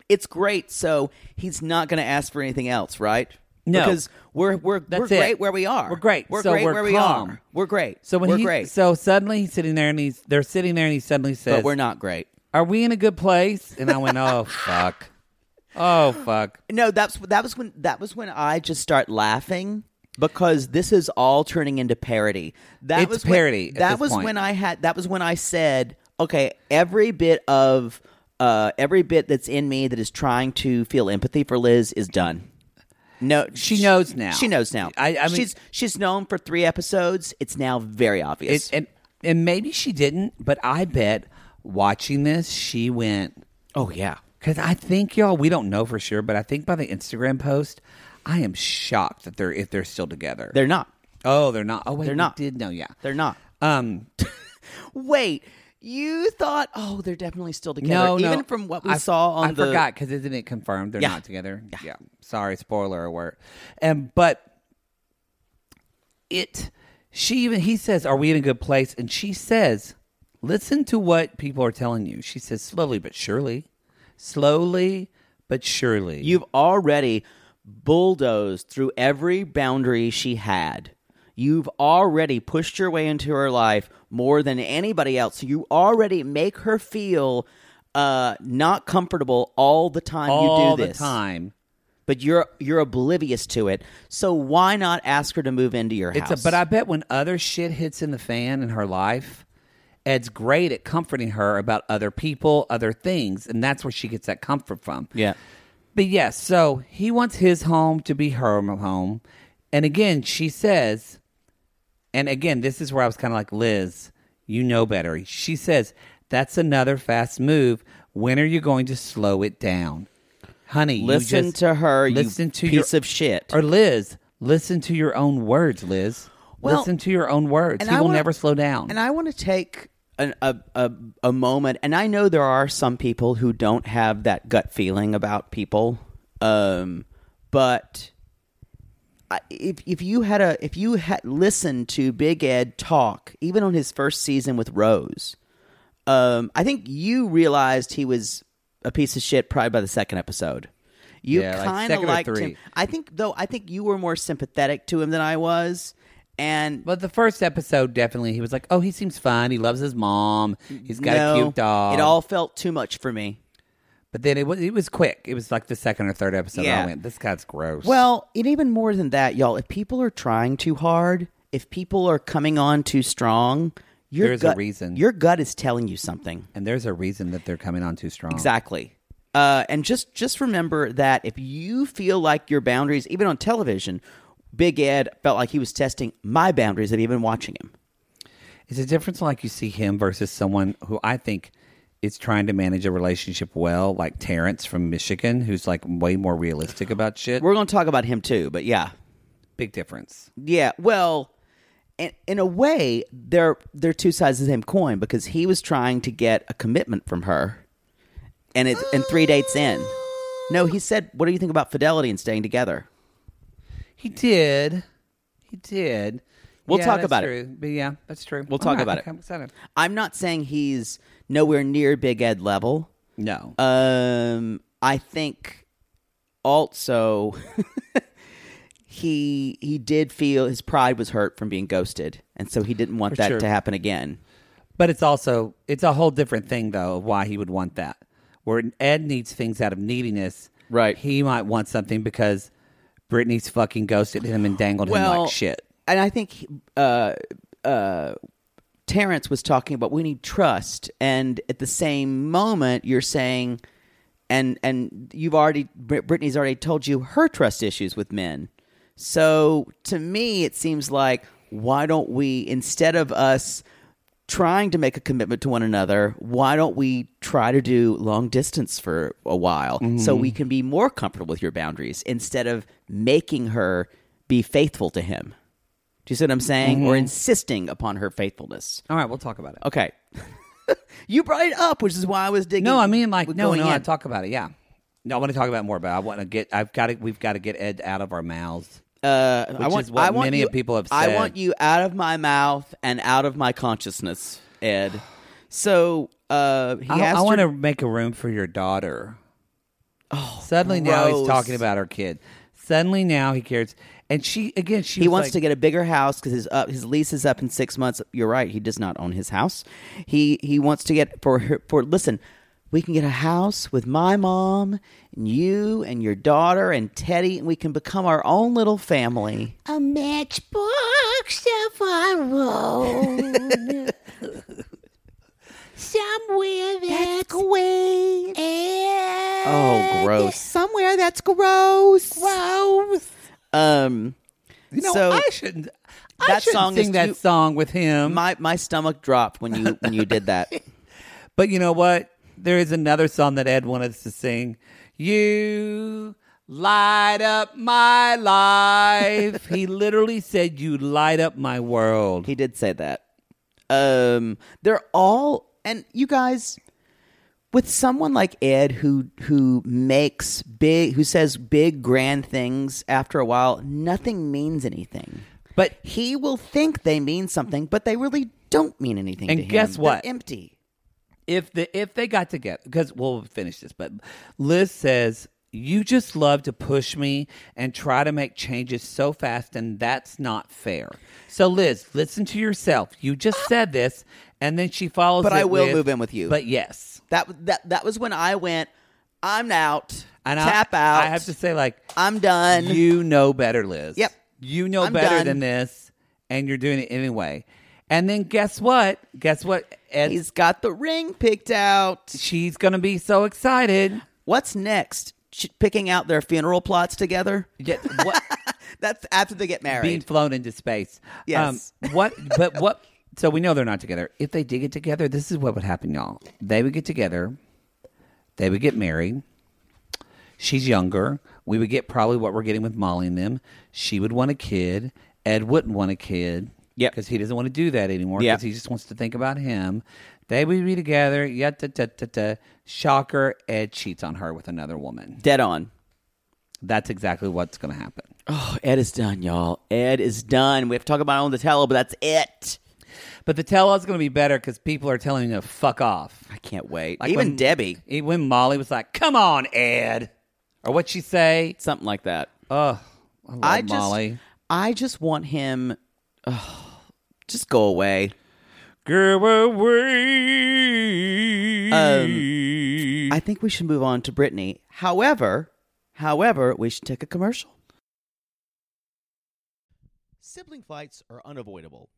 Speaker 4: It's great. So he's not going to ask for anything else, right?
Speaker 3: No.
Speaker 4: because we're we're we're
Speaker 3: That's it.
Speaker 4: great where we are.
Speaker 3: We're great.
Speaker 4: We're
Speaker 3: So
Speaker 4: great
Speaker 3: we're
Speaker 4: where
Speaker 3: calm.
Speaker 4: we are. We're great.
Speaker 3: so when
Speaker 4: we're
Speaker 3: he,
Speaker 4: great,
Speaker 3: so suddenly he's sitting there and he's they're sitting there and he suddenly says,
Speaker 4: but we're not great.
Speaker 3: Are we in a good place?" And I went, "Oh (laughs) fuck, oh fuck."
Speaker 4: No, that's that was when that was when I just start laughing because this is all turning into parody. That
Speaker 3: It's
Speaker 4: was
Speaker 3: parody
Speaker 4: When,
Speaker 3: at
Speaker 4: that
Speaker 3: this
Speaker 4: was
Speaker 3: point.
Speaker 4: when I had. That was when I said, okay, every bit of uh, every bit that's in me that is trying to feel empathy for Liz is done. No,
Speaker 3: She knows now.
Speaker 4: She knows now.
Speaker 3: I- I mean-
Speaker 4: she's she's known for three episodes. It's now very obvious.
Speaker 3: It, and and maybe she didn't, but I bet watching this, she went
Speaker 4: oh yeah.
Speaker 3: because I think y'all we don't know for sure, but I think by the Instagram post, I am shocked that they're if they're still together.
Speaker 4: They're not.
Speaker 3: oh they're not. Oh wait,
Speaker 4: They're
Speaker 3: we
Speaker 4: not.
Speaker 3: Did know yeah.
Speaker 4: They're not.
Speaker 3: Um,
Speaker 4: (laughs) Wait, you thought? Oh, they're definitely still together.
Speaker 3: no, no.
Speaker 4: even from what we
Speaker 3: I-
Speaker 4: saw on
Speaker 3: I
Speaker 4: the
Speaker 3: forgot because isn't it confirmed they're
Speaker 4: Yeah.
Speaker 3: not together? Yeah. Sorry, spoiler alert. And but it, she even he says, "Are we in a good place?" And she says, "Listen to what people are telling you." She says, "Slowly but surely, slowly but surely."
Speaker 4: You've already bulldozed through every boundary she had. You've already pushed your way into her life more than anybody else. You already make her feel uh, not comfortable all the time
Speaker 3: all
Speaker 4: you do this.
Speaker 3: the time.
Speaker 4: But you're you're oblivious to it. So why not ask her to move into your house?
Speaker 3: It's a, but I bet when other shit hits in the fan in her life, Ed's great at comforting her about other people, other things, and that's where she gets that comfort from.
Speaker 4: Yeah.
Speaker 3: But yes, so he wants his home to be her home. And again, she says, and again, this is where I was kind of like, Liz, you know better. She says, that's another fast move. When are you going to slow it down? Honey, you
Speaker 4: listen
Speaker 3: just-
Speaker 4: to her. you
Speaker 3: Listen to
Speaker 4: piece
Speaker 3: your,
Speaker 4: of shit.
Speaker 3: or Liz, listen to your own words, Liz.
Speaker 4: Well,
Speaker 3: listen to your own words.
Speaker 4: and
Speaker 3: He
Speaker 4: I
Speaker 3: will
Speaker 4: wanna-
Speaker 3: never slow down.
Speaker 4: And I want to take an, a, a a moment, and I know there are some people who don't have that gut feeling about people, um, but I, if if you had a if you had listened to Big Ed talk, even on his first season with Rose, um, I think you realized he was a piece of shit probably by the second episode. You
Speaker 3: Yeah, like
Speaker 4: kind of
Speaker 3: second or
Speaker 4: liked him.
Speaker 3: three.
Speaker 4: I think though. I think you were more sympathetic to him than I was, and
Speaker 3: but the first episode, definitely, he was like, "Oh, he seems fun. He loves his mom. He's got
Speaker 4: No,
Speaker 3: a cute dog."
Speaker 4: It all felt too much for me.
Speaker 3: but then it was it was quick. It was like the second or third episode.
Speaker 4: Yeah.
Speaker 3: I went, "This guy's gross."
Speaker 4: Well, and even more than that, y'all, if people are trying too hard, if people are coming on too strong, your
Speaker 3: There's a
Speaker 4: gut,
Speaker 3: reason.
Speaker 4: Your gut is telling you something.
Speaker 3: and there's a reason that they're coming on too strong.
Speaker 4: Exactly. Uh, and just just remember that if you feel like your boundaries, even on television, Big Ed felt like he was testing my boundaries of even watching him.
Speaker 3: It's a difference like you see him versus someone who I think is trying to manage a relationship well, like Terrence from Michigan, who's like way more realistic about shit.
Speaker 4: We're going to talk about him too, but yeah,
Speaker 3: Big difference.
Speaker 4: Yeah, well, in, in a way, they're they're two sides of the same coin because he was trying to get a commitment from her, and it's and three dates in. No, he said, "What do you think about fidelity and staying together?"
Speaker 3: He did. He did.
Speaker 4: We'll
Speaker 3: Yeah,
Speaker 4: talk
Speaker 3: that's
Speaker 4: about it.
Speaker 3: true. But yeah, that's true.
Speaker 4: We'll talk about it.
Speaker 3: I'm excited.
Speaker 4: I'm not saying he's nowhere near Big Ed level.
Speaker 3: No.
Speaker 4: Um, I think also (laughs) he he did feel his pride was hurt from being ghosted, and so he didn't want that
Speaker 3: sure.
Speaker 4: to happen again.
Speaker 3: but it's also it's a whole different thing though of why he would want that. Where Ed needs things out of neediness.
Speaker 4: Right.
Speaker 3: He might want something because Brittany's fucking ghosted him and dangled him like shit.
Speaker 4: And I think uh, uh, Terrence was talking about we need trust, and at the same moment, you're saying, and and you've already Brit- Brittany's already told you her trust issues with men. So to me, it seems like why don't we instead of us trying to make a commitment to one another why don't we try to do long distance for
Speaker 3: Mm-hmm.
Speaker 4: a while so we can be more comfortable with your boundaries instead of making her be faithful to him. Do you see what I'm saying?
Speaker 3: Mm-hmm.
Speaker 4: Or insisting upon her faithfulness.
Speaker 3: All right, we'll talk about it.
Speaker 4: Okay. (laughs) you brought it up, which is why I was digging.
Speaker 3: No, I mean like
Speaker 4: with
Speaker 3: no,
Speaker 4: going
Speaker 3: no. I
Speaker 4: in.
Speaker 3: talk about it. Yeah. No, I want to talk about it more, but I want to get. I've got to. We've got to get Ed out of our mouths.
Speaker 4: Uh, I
Speaker 3: which
Speaker 4: want,
Speaker 3: is what
Speaker 4: I want
Speaker 3: many
Speaker 4: you,
Speaker 3: people have
Speaker 4: I
Speaker 3: said.
Speaker 4: want you out of my mouth and out of my consciousness, Ed. So uh, he
Speaker 3: I,
Speaker 4: asked
Speaker 3: I want
Speaker 4: her-
Speaker 3: to make a room for your daughter. Oh, suddenly now he's
Speaker 4: gross.
Speaker 3: talking about her kid. Suddenly now he cares, and she again. She
Speaker 4: He
Speaker 3: was
Speaker 4: wants
Speaker 3: like,
Speaker 4: to get a bigger house because his up his lease is up in six months. You're right. He does not own his house. He he wants to get for her- for listen. We can get a house with my mom and you and your daughter and Teddy, and we can become our own little family.
Speaker 6: a matchbox of our own. Somewhere that's great.
Speaker 4: Oh, gross.
Speaker 6: Somewhere that's gross. Gross.
Speaker 4: Um,
Speaker 3: You know,
Speaker 4: so-
Speaker 3: I shouldn't. I
Speaker 4: That
Speaker 3: shouldn't
Speaker 4: song is
Speaker 3: sing that
Speaker 4: too-
Speaker 3: song with him.
Speaker 4: my my stomach dropped when you when you did that.
Speaker 3: But you know what? There is another song that Ed wanted us to sing. You light up my life. he literally said, "You light up my world."
Speaker 4: He did say that. Um, they're all and you guys with someone like Ed who who makes big who says big grand things after a while, nothing means anything.
Speaker 3: but
Speaker 4: He will think they mean something, but they really don't mean anything.
Speaker 3: And
Speaker 4: to him.
Speaker 3: guess what?
Speaker 4: They're empty.
Speaker 3: if the if they got together, because we'll finish this. But Liz says. You just love to push me and try to make changes so fast, and that's not fair. So, Liz, listen to yourself. You just said this, and then she follows.
Speaker 4: But I
Speaker 3: it
Speaker 4: will
Speaker 3: with,
Speaker 4: move in with you.
Speaker 3: But yes,
Speaker 4: That that that was when I went. I'm out.
Speaker 3: And
Speaker 4: tap
Speaker 3: I,
Speaker 4: out.
Speaker 3: I have to say, like,
Speaker 4: I'm done.
Speaker 3: you know better, Liz.
Speaker 4: Yep.
Speaker 3: You know
Speaker 4: I'm
Speaker 3: better
Speaker 4: done.
Speaker 3: than this, and you're doing it anyway. And then guess what? Guess what? Ed,
Speaker 4: He's got the ring picked out.
Speaker 3: she's going to be so excited.
Speaker 4: What's next? Ch- picking out their funeral plots together.
Speaker 3: Yet- what,
Speaker 4: That's after they get married.
Speaker 3: being flown into space.
Speaker 4: Yes. (laughs)
Speaker 3: Um, what? But what? So we know they're not together. If they did get together, this is what would happen, y'all. They would get together. They would get married. She's younger. We would get probably what we're getting with Molly and them. She would want a kid. Ed wouldn't want a kid.
Speaker 4: Yep.
Speaker 3: Because he doesn't want to do that anymore.
Speaker 4: Yep.
Speaker 3: Because he just wants to think about him. They would be together. Yeah, da, da, da, da. Shocker. Ed cheats on her with another woman.
Speaker 4: Dead on.
Speaker 3: That's exactly what's going to happen.
Speaker 4: Oh, Ed is done, y'all. Ed is done. We have to talk about it on the tell, but that's it.
Speaker 3: But the tell all is going to be better because people are telling you to fuck off.
Speaker 4: I can't wait. Even
Speaker 3: when-
Speaker 4: Debbie,
Speaker 3: e- When Molly was like, come on, Ed. Or what she say?
Speaker 4: something like that.
Speaker 3: Oh, I love
Speaker 4: I just,
Speaker 3: Molly.
Speaker 4: I just want him. ugh, just go away.
Speaker 3: Go away.
Speaker 4: Um,
Speaker 7: Mm-hmm.
Speaker 4: I think we should move on to Brittany. However, however, we should take a commercial.
Speaker 7: Sibling fights are unavoidable,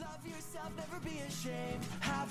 Speaker 8: Love yourself, never be ashamed. Have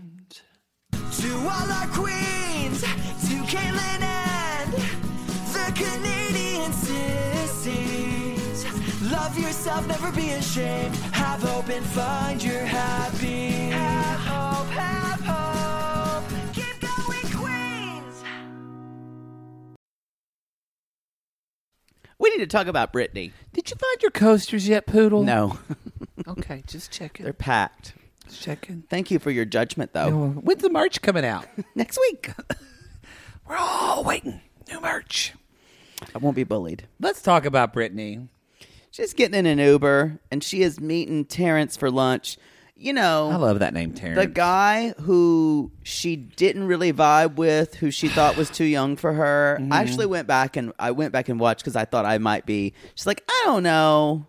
Speaker 8: To all our queens, to Caitlin and the Canadian sissies. Love Love yourself, never be ashamed. Have hope and find your happy. Have hope, have hope. Keep going, Queens.
Speaker 4: We need to talk about Britney.
Speaker 3: Did you find your coasters yet, Poodle? (laughs)
Speaker 4: No,
Speaker 3: Okay, just checking.
Speaker 4: they're packed.
Speaker 3: Just checking.
Speaker 4: Thank you for your judgment, though.
Speaker 3: Oh, When's the merch coming out?
Speaker 4: Next week,
Speaker 3: (laughs) We're all waiting. New merch.
Speaker 4: I won't be bullied.
Speaker 3: Let's talk about Brittany.
Speaker 4: She's getting in an Uber and she is meeting Terrence for lunch. You know,
Speaker 3: I love that name, Terrence.
Speaker 4: the guy who she didn't really vibe with, who she thought was too young for her. I actually went back and I went back and watched because I thought I might be. She's like, I don't know,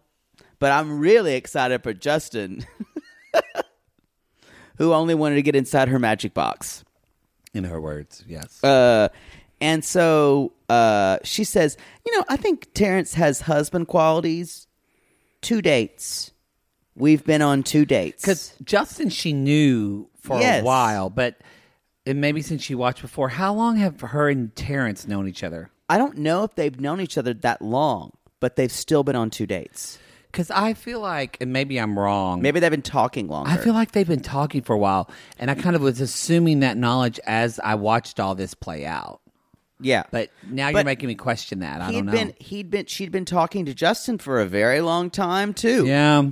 Speaker 4: but I'm really excited for Justin, (laughs) who only wanted to get inside her magic box.
Speaker 3: in her words, yes.
Speaker 4: Uh, and so uh, she says, you know, I think Terrence has husband qualities. Two dates. We've been on two dates.
Speaker 3: Because Justin, she knew for
Speaker 4: Yes.
Speaker 3: a while, but and maybe since she watched before, how long have her and Terrence known each other?
Speaker 4: I don't know if they've known each other that long, but they've still been on two dates.
Speaker 3: Because I feel like, and maybe I'm wrong.
Speaker 4: Maybe they've been talking longer.
Speaker 3: I feel like they've been talking for a while, and I kind of was assuming that knowledge as I watched all this play out.
Speaker 4: yeah,
Speaker 3: But now you're
Speaker 4: But
Speaker 3: making me question that. I
Speaker 4: he'd
Speaker 3: don't know.
Speaker 4: been he'd been she'd been talking to Justin for a very long time too.
Speaker 3: yeah.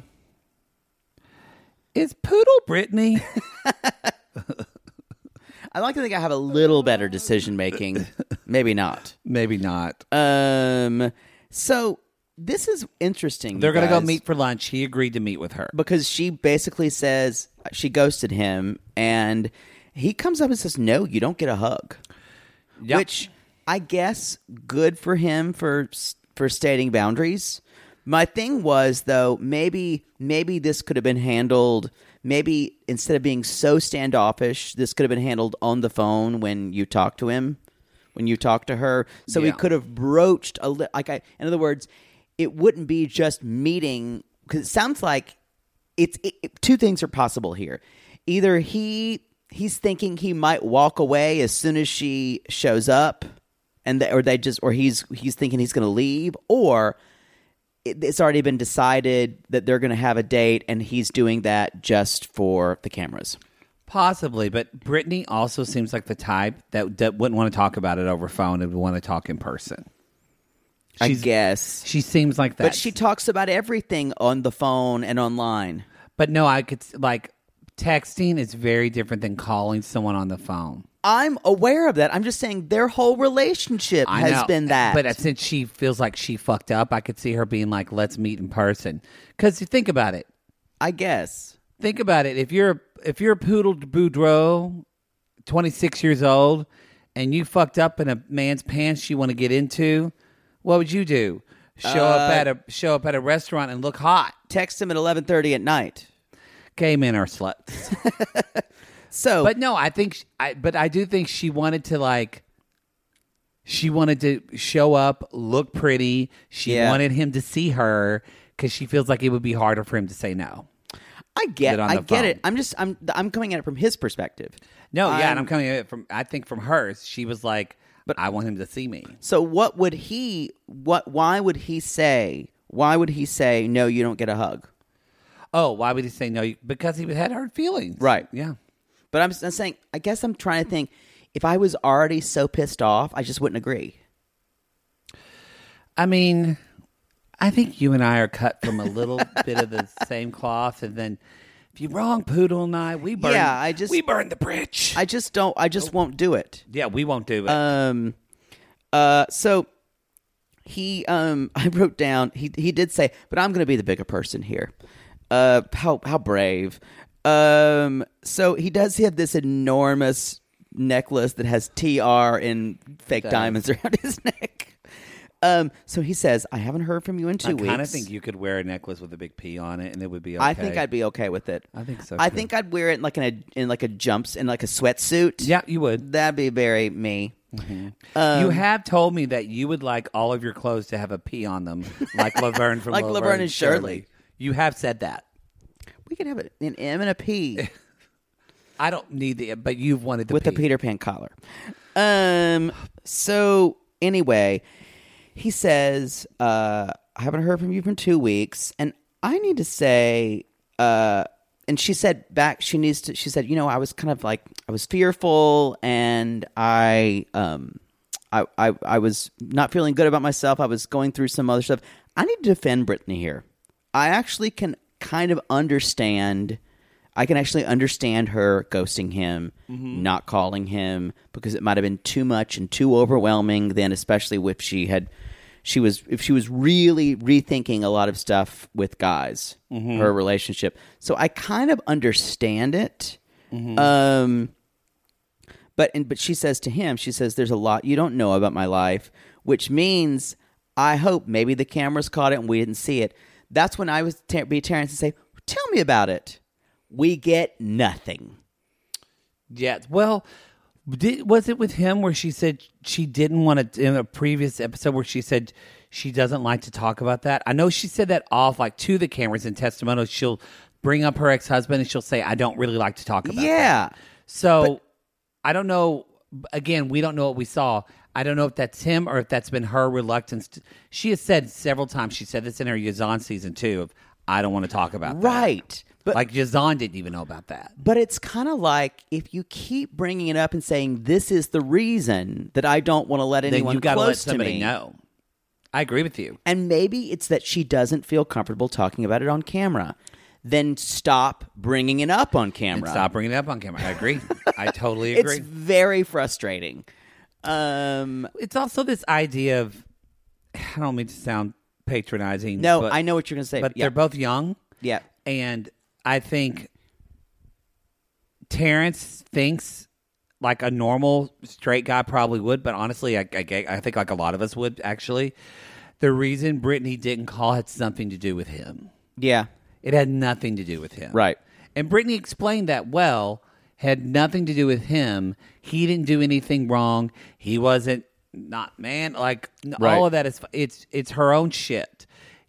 Speaker 3: Is Poodle Brittany?
Speaker 4: I like to think I have a little better decision
Speaker 3: (laughs)
Speaker 4: making. (laughs) Maybe not.
Speaker 3: maybe not.
Speaker 4: Um. So this is interesting. you
Speaker 3: They're going to go
Speaker 4: guys,
Speaker 3: meet for lunch. He agreed to meet with her.
Speaker 4: because she basically says she ghosted him, and he comes up and says, "No, you don't get a hug."
Speaker 3: Yep.
Speaker 4: which I guess good for him for for stating boundaries. My thing was though, maybe maybe this could have been handled. Maybe instead of being so standoffish, this could have been handled on the phone when you talk to him, when you talk to her. So we
Speaker 3: Yeah.
Speaker 4: could have broached a li- like I. In other words, it wouldn't be just meeting because it sounds like it's it, it- two things are possible here. Either he he's thinking he might walk away as soon as she shows up, and they, or they just or he's he's thinking he's going to leave, or it, it's already been decided that they're going to have a date, and he's doing that just for the cameras.
Speaker 3: Possibly, but Brittany also seems like the type that, that wouldn't want to talk about it over phone and would want to talk in person.
Speaker 4: I guess,
Speaker 3: She seems like that.
Speaker 4: but she talks about everything on the phone and online.
Speaker 3: but no, I could s- like texting is very different than calling someone on the phone.
Speaker 4: I'm aware of that. I'm just saying their whole relationship
Speaker 3: I
Speaker 4: has
Speaker 3: know,
Speaker 4: been that.
Speaker 3: But uh, since she feels like she fucked up, I could see her being like, "Let's meet in person." Because think about it.
Speaker 4: I guess
Speaker 3: Think about it. If you're if you're a poodle Boudreaux, twenty six years old, and you fucked up in a man's pants you want to get into, what would you do? Show
Speaker 4: Uh,
Speaker 3: up at a show up at a restaurant and look hot.
Speaker 4: text him at 11:30 at night.
Speaker 3: Gay men are sluts.
Speaker 4: So,
Speaker 3: but no, I think sh- I but I do think she wanted to like she wanted to show up, look pretty. She
Speaker 4: Yeah.
Speaker 3: wanted him to see her cuz she feels like it would be harder for him to say no.
Speaker 4: I get,
Speaker 3: Get on
Speaker 4: I
Speaker 3: the
Speaker 4: get
Speaker 3: phone.
Speaker 4: it. I'm just, I'm, I'm coming at it from his perspective.
Speaker 3: No, yeah, and
Speaker 4: I'm-
Speaker 3: I'm coming at it from I think from hers, she was like, "But I want him to see me."
Speaker 4: So, what would he? What? Why would he say? Why would he say no? You don't get a hug.
Speaker 3: Oh, why would he say no? Because he had hurt feelings.
Speaker 4: Right.
Speaker 3: Yeah.
Speaker 4: But I'm, s- I'm saying, I guess I'm trying to think. If I was already so pissed off, I just wouldn't agree.
Speaker 3: I mean, I think you and I are cut from
Speaker 4: (laughs)
Speaker 3: a little bit of the same cloth, and then if you're wrong, Poodle and I, we burn.
Speaker 4: Yeah, I just-
Speaker 3: we burn the bridge.
Speaker 4: I just don't. I just won't do it.
Speaker 3: yeah, we won't do it.
Speaker 4: Um. Uh. So he. Um. (laughs) I wrote down. He. He did say, but I'm going to be the bigger person here. Uh. How. How brave. Um. So he does have this enormous necklace that has TR and fake diamonds (laughs) around his neck. Um. So he says, I haven't heard from you in two
Speaker 3: I
Speaker 4: weeks.
Speaker 3: kind of think you could wear a necklace with a big P on it, and it would be. okay.
Speaker 4: I think I'd be okay with it.
Speaker 3: I think so,
Speaker 4: I
Speaker 3: too.
Speaker 4: think I'd wear it in like in a in like a jumps in like a sweatsuit.
Speaker 3: Yeah, Mm-hmm. you would.
Speaker 4: That'd be very me. Um,
Speaker 3: you have told me that you would like all of your clothes to have a P on them,
Speaker 4: (laughs)
Speaker 3: like Laverne from
Speaker 4: Like
Speaker 3: Laverne,
Speaker 4: Laverne and Shirley.
Speaker 3: You have said that.
Speaker 4: We could have a- an M and a
Speaker 3: (laughs)
Speaker 4: P
Speaker 3: I don't need the, but you've wanted the
Speaker 4: with a
Speaker 3: P.
Speaker 4: Peter Pan collar. Um. So anyway, he says, uh, I haven't heard from you for two weeks, and I need to say, uh, and she said back, she needs to. She said, you know, I was kind of like, I was fearful, and I, um, I, I, I was not feeling good about myself. I was going through some other stuff. I need to defend Brittany here. I actually can kind of understand. I can actually understand her ghosting him, not calling him because it might have been too much and too overwhelming. Then, especially if she had, she was if she was really rethinking a lot of stuff with guys, her relationship. So I kind of understand it. Um, but and but she says to him, she says, "There's a lot you don't know about my life," which means I hope maybe the cameras caught it and we didn't see it. That's when I was ter- be Terrence and say, "Tell me about it." We get nothing.
Speaker 3: Yeah. Well, did, was it with him where she said she didn't want to in a previous episode where she said she doesn't like to talk about that? I know she said that off like to the cameras in testimonials. She'll bring up her ex husband and she'll say, "I don't really like to talk about."
Speaker 4: Yeah.
Speaker 3: that." So I don't know. Again, we don't know what we saw. I don't know if that's him or if that's been her reluctance. To, she has said several times. She said this in her Yazan season two of I don't want to talk about that."
Speaker 4: Right. But
Speaker 3: like Yazan didn't even know about that.
Speaker 4: but it's kind of like if you keep bringing it up and saying this is the reason that I don't want to let anyone
Speaker 3: then you got to let
Speaker 4: close to
Speaker 3: somebody
Speaker 4: me.
Speaker 3: know. I agree with you.
Speaker 4: and maybe it's that she doesn't feel comfortable talking about it on camera. Then stop bringing it up on camera.
Speaker 3: And stop bringing it up on camera. I (laughs) agree. I totally
Speaker 4: It's
Speaker 3: agree.
Speaker 4: very frustrating. Um,
Speaker 3: it's also this idea of (sighs) I don't mean to sound patronizing.
Speaker 4: no,
Speaker 3: but,
Speaker 4: I know what you're going to say.
Speaker 3: But
Speaker 4: yeah.
Speaker 3: they're both young,
Speaker 4: yeah,
Speaker 3: and I think Terrence thinks like a normal straight guy probably would, but honestly, I, I, I think like a lot of us would actually. The reason Brittany didn't call had something to do with him.
Speaker 4: yeah,
Speaker 3: It had nothing to do with him.
Speaker 4: Right.
Speaker 3: And Brittany explained that well, had nothing to do with him. He didn't do anything wrong. He wasn't not man like n-
Speaker 4: Right.
Speaker 3: all of that is it's it's her own shit.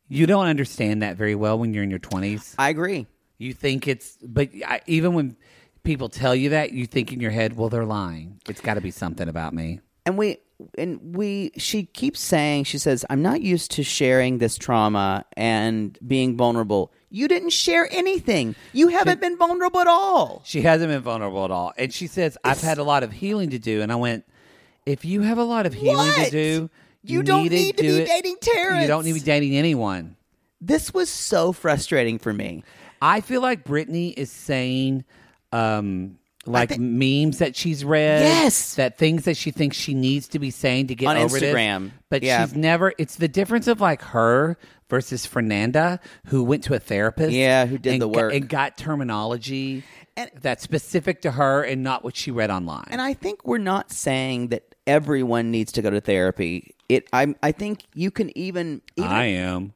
Speaker 3: You don't understand that very well when you're in your 20s.
Speaker 4: I agree.
Speaker 3: You think it's but I, even when people tell you that, you think in your head, well they're lying. It's got to be something about me.
Speaker 4: And we and we she keeps saying she says I'm not used to sharing this trauma and being vulnerable. You didn't share anything. You haven't been vulnerable at all.
Speaker 3: She hasn't been vulnerable at all. And she says, I've had a lot of healing to do. And I went, If you have a lot of healing to
Speaker 4: What?
Speaker 3: do,
Speaker 4: You don't need to
Speaker 3: do
Speaker 4: be dating Terrence.
Speaker 3: You don't need to be dating anyone.
Speaker 4: This was so frustrating for me.
Speaker 3: I feel like Brittany is saying, um, like memes that she's read,
Speaker 4: Yes.
Speaker 3: that things that she thinks she needs to be saying to get
Speaker 4: On
Speaker 3: over this.
Speaker 4: Instagram.
Speaker 3: But
Speaker 4: Yeah.
Speaker 3: she's never. It's the difference of like her versus Fernanda, who went to a therapist,
Speaker 4: Yeah, who did
Speaker 3: and
Speaker 4: the
Speaker 3: got-
Speaker 4: work.
Speaker 3: and got terminology
Speaker 4: And-
Speaker 3: that's specific to her and not what she read online.
Speaker 4: And I think we're not saying that everyone needs to go to therapy. It I I think you can even, even
Speaker 3: I am.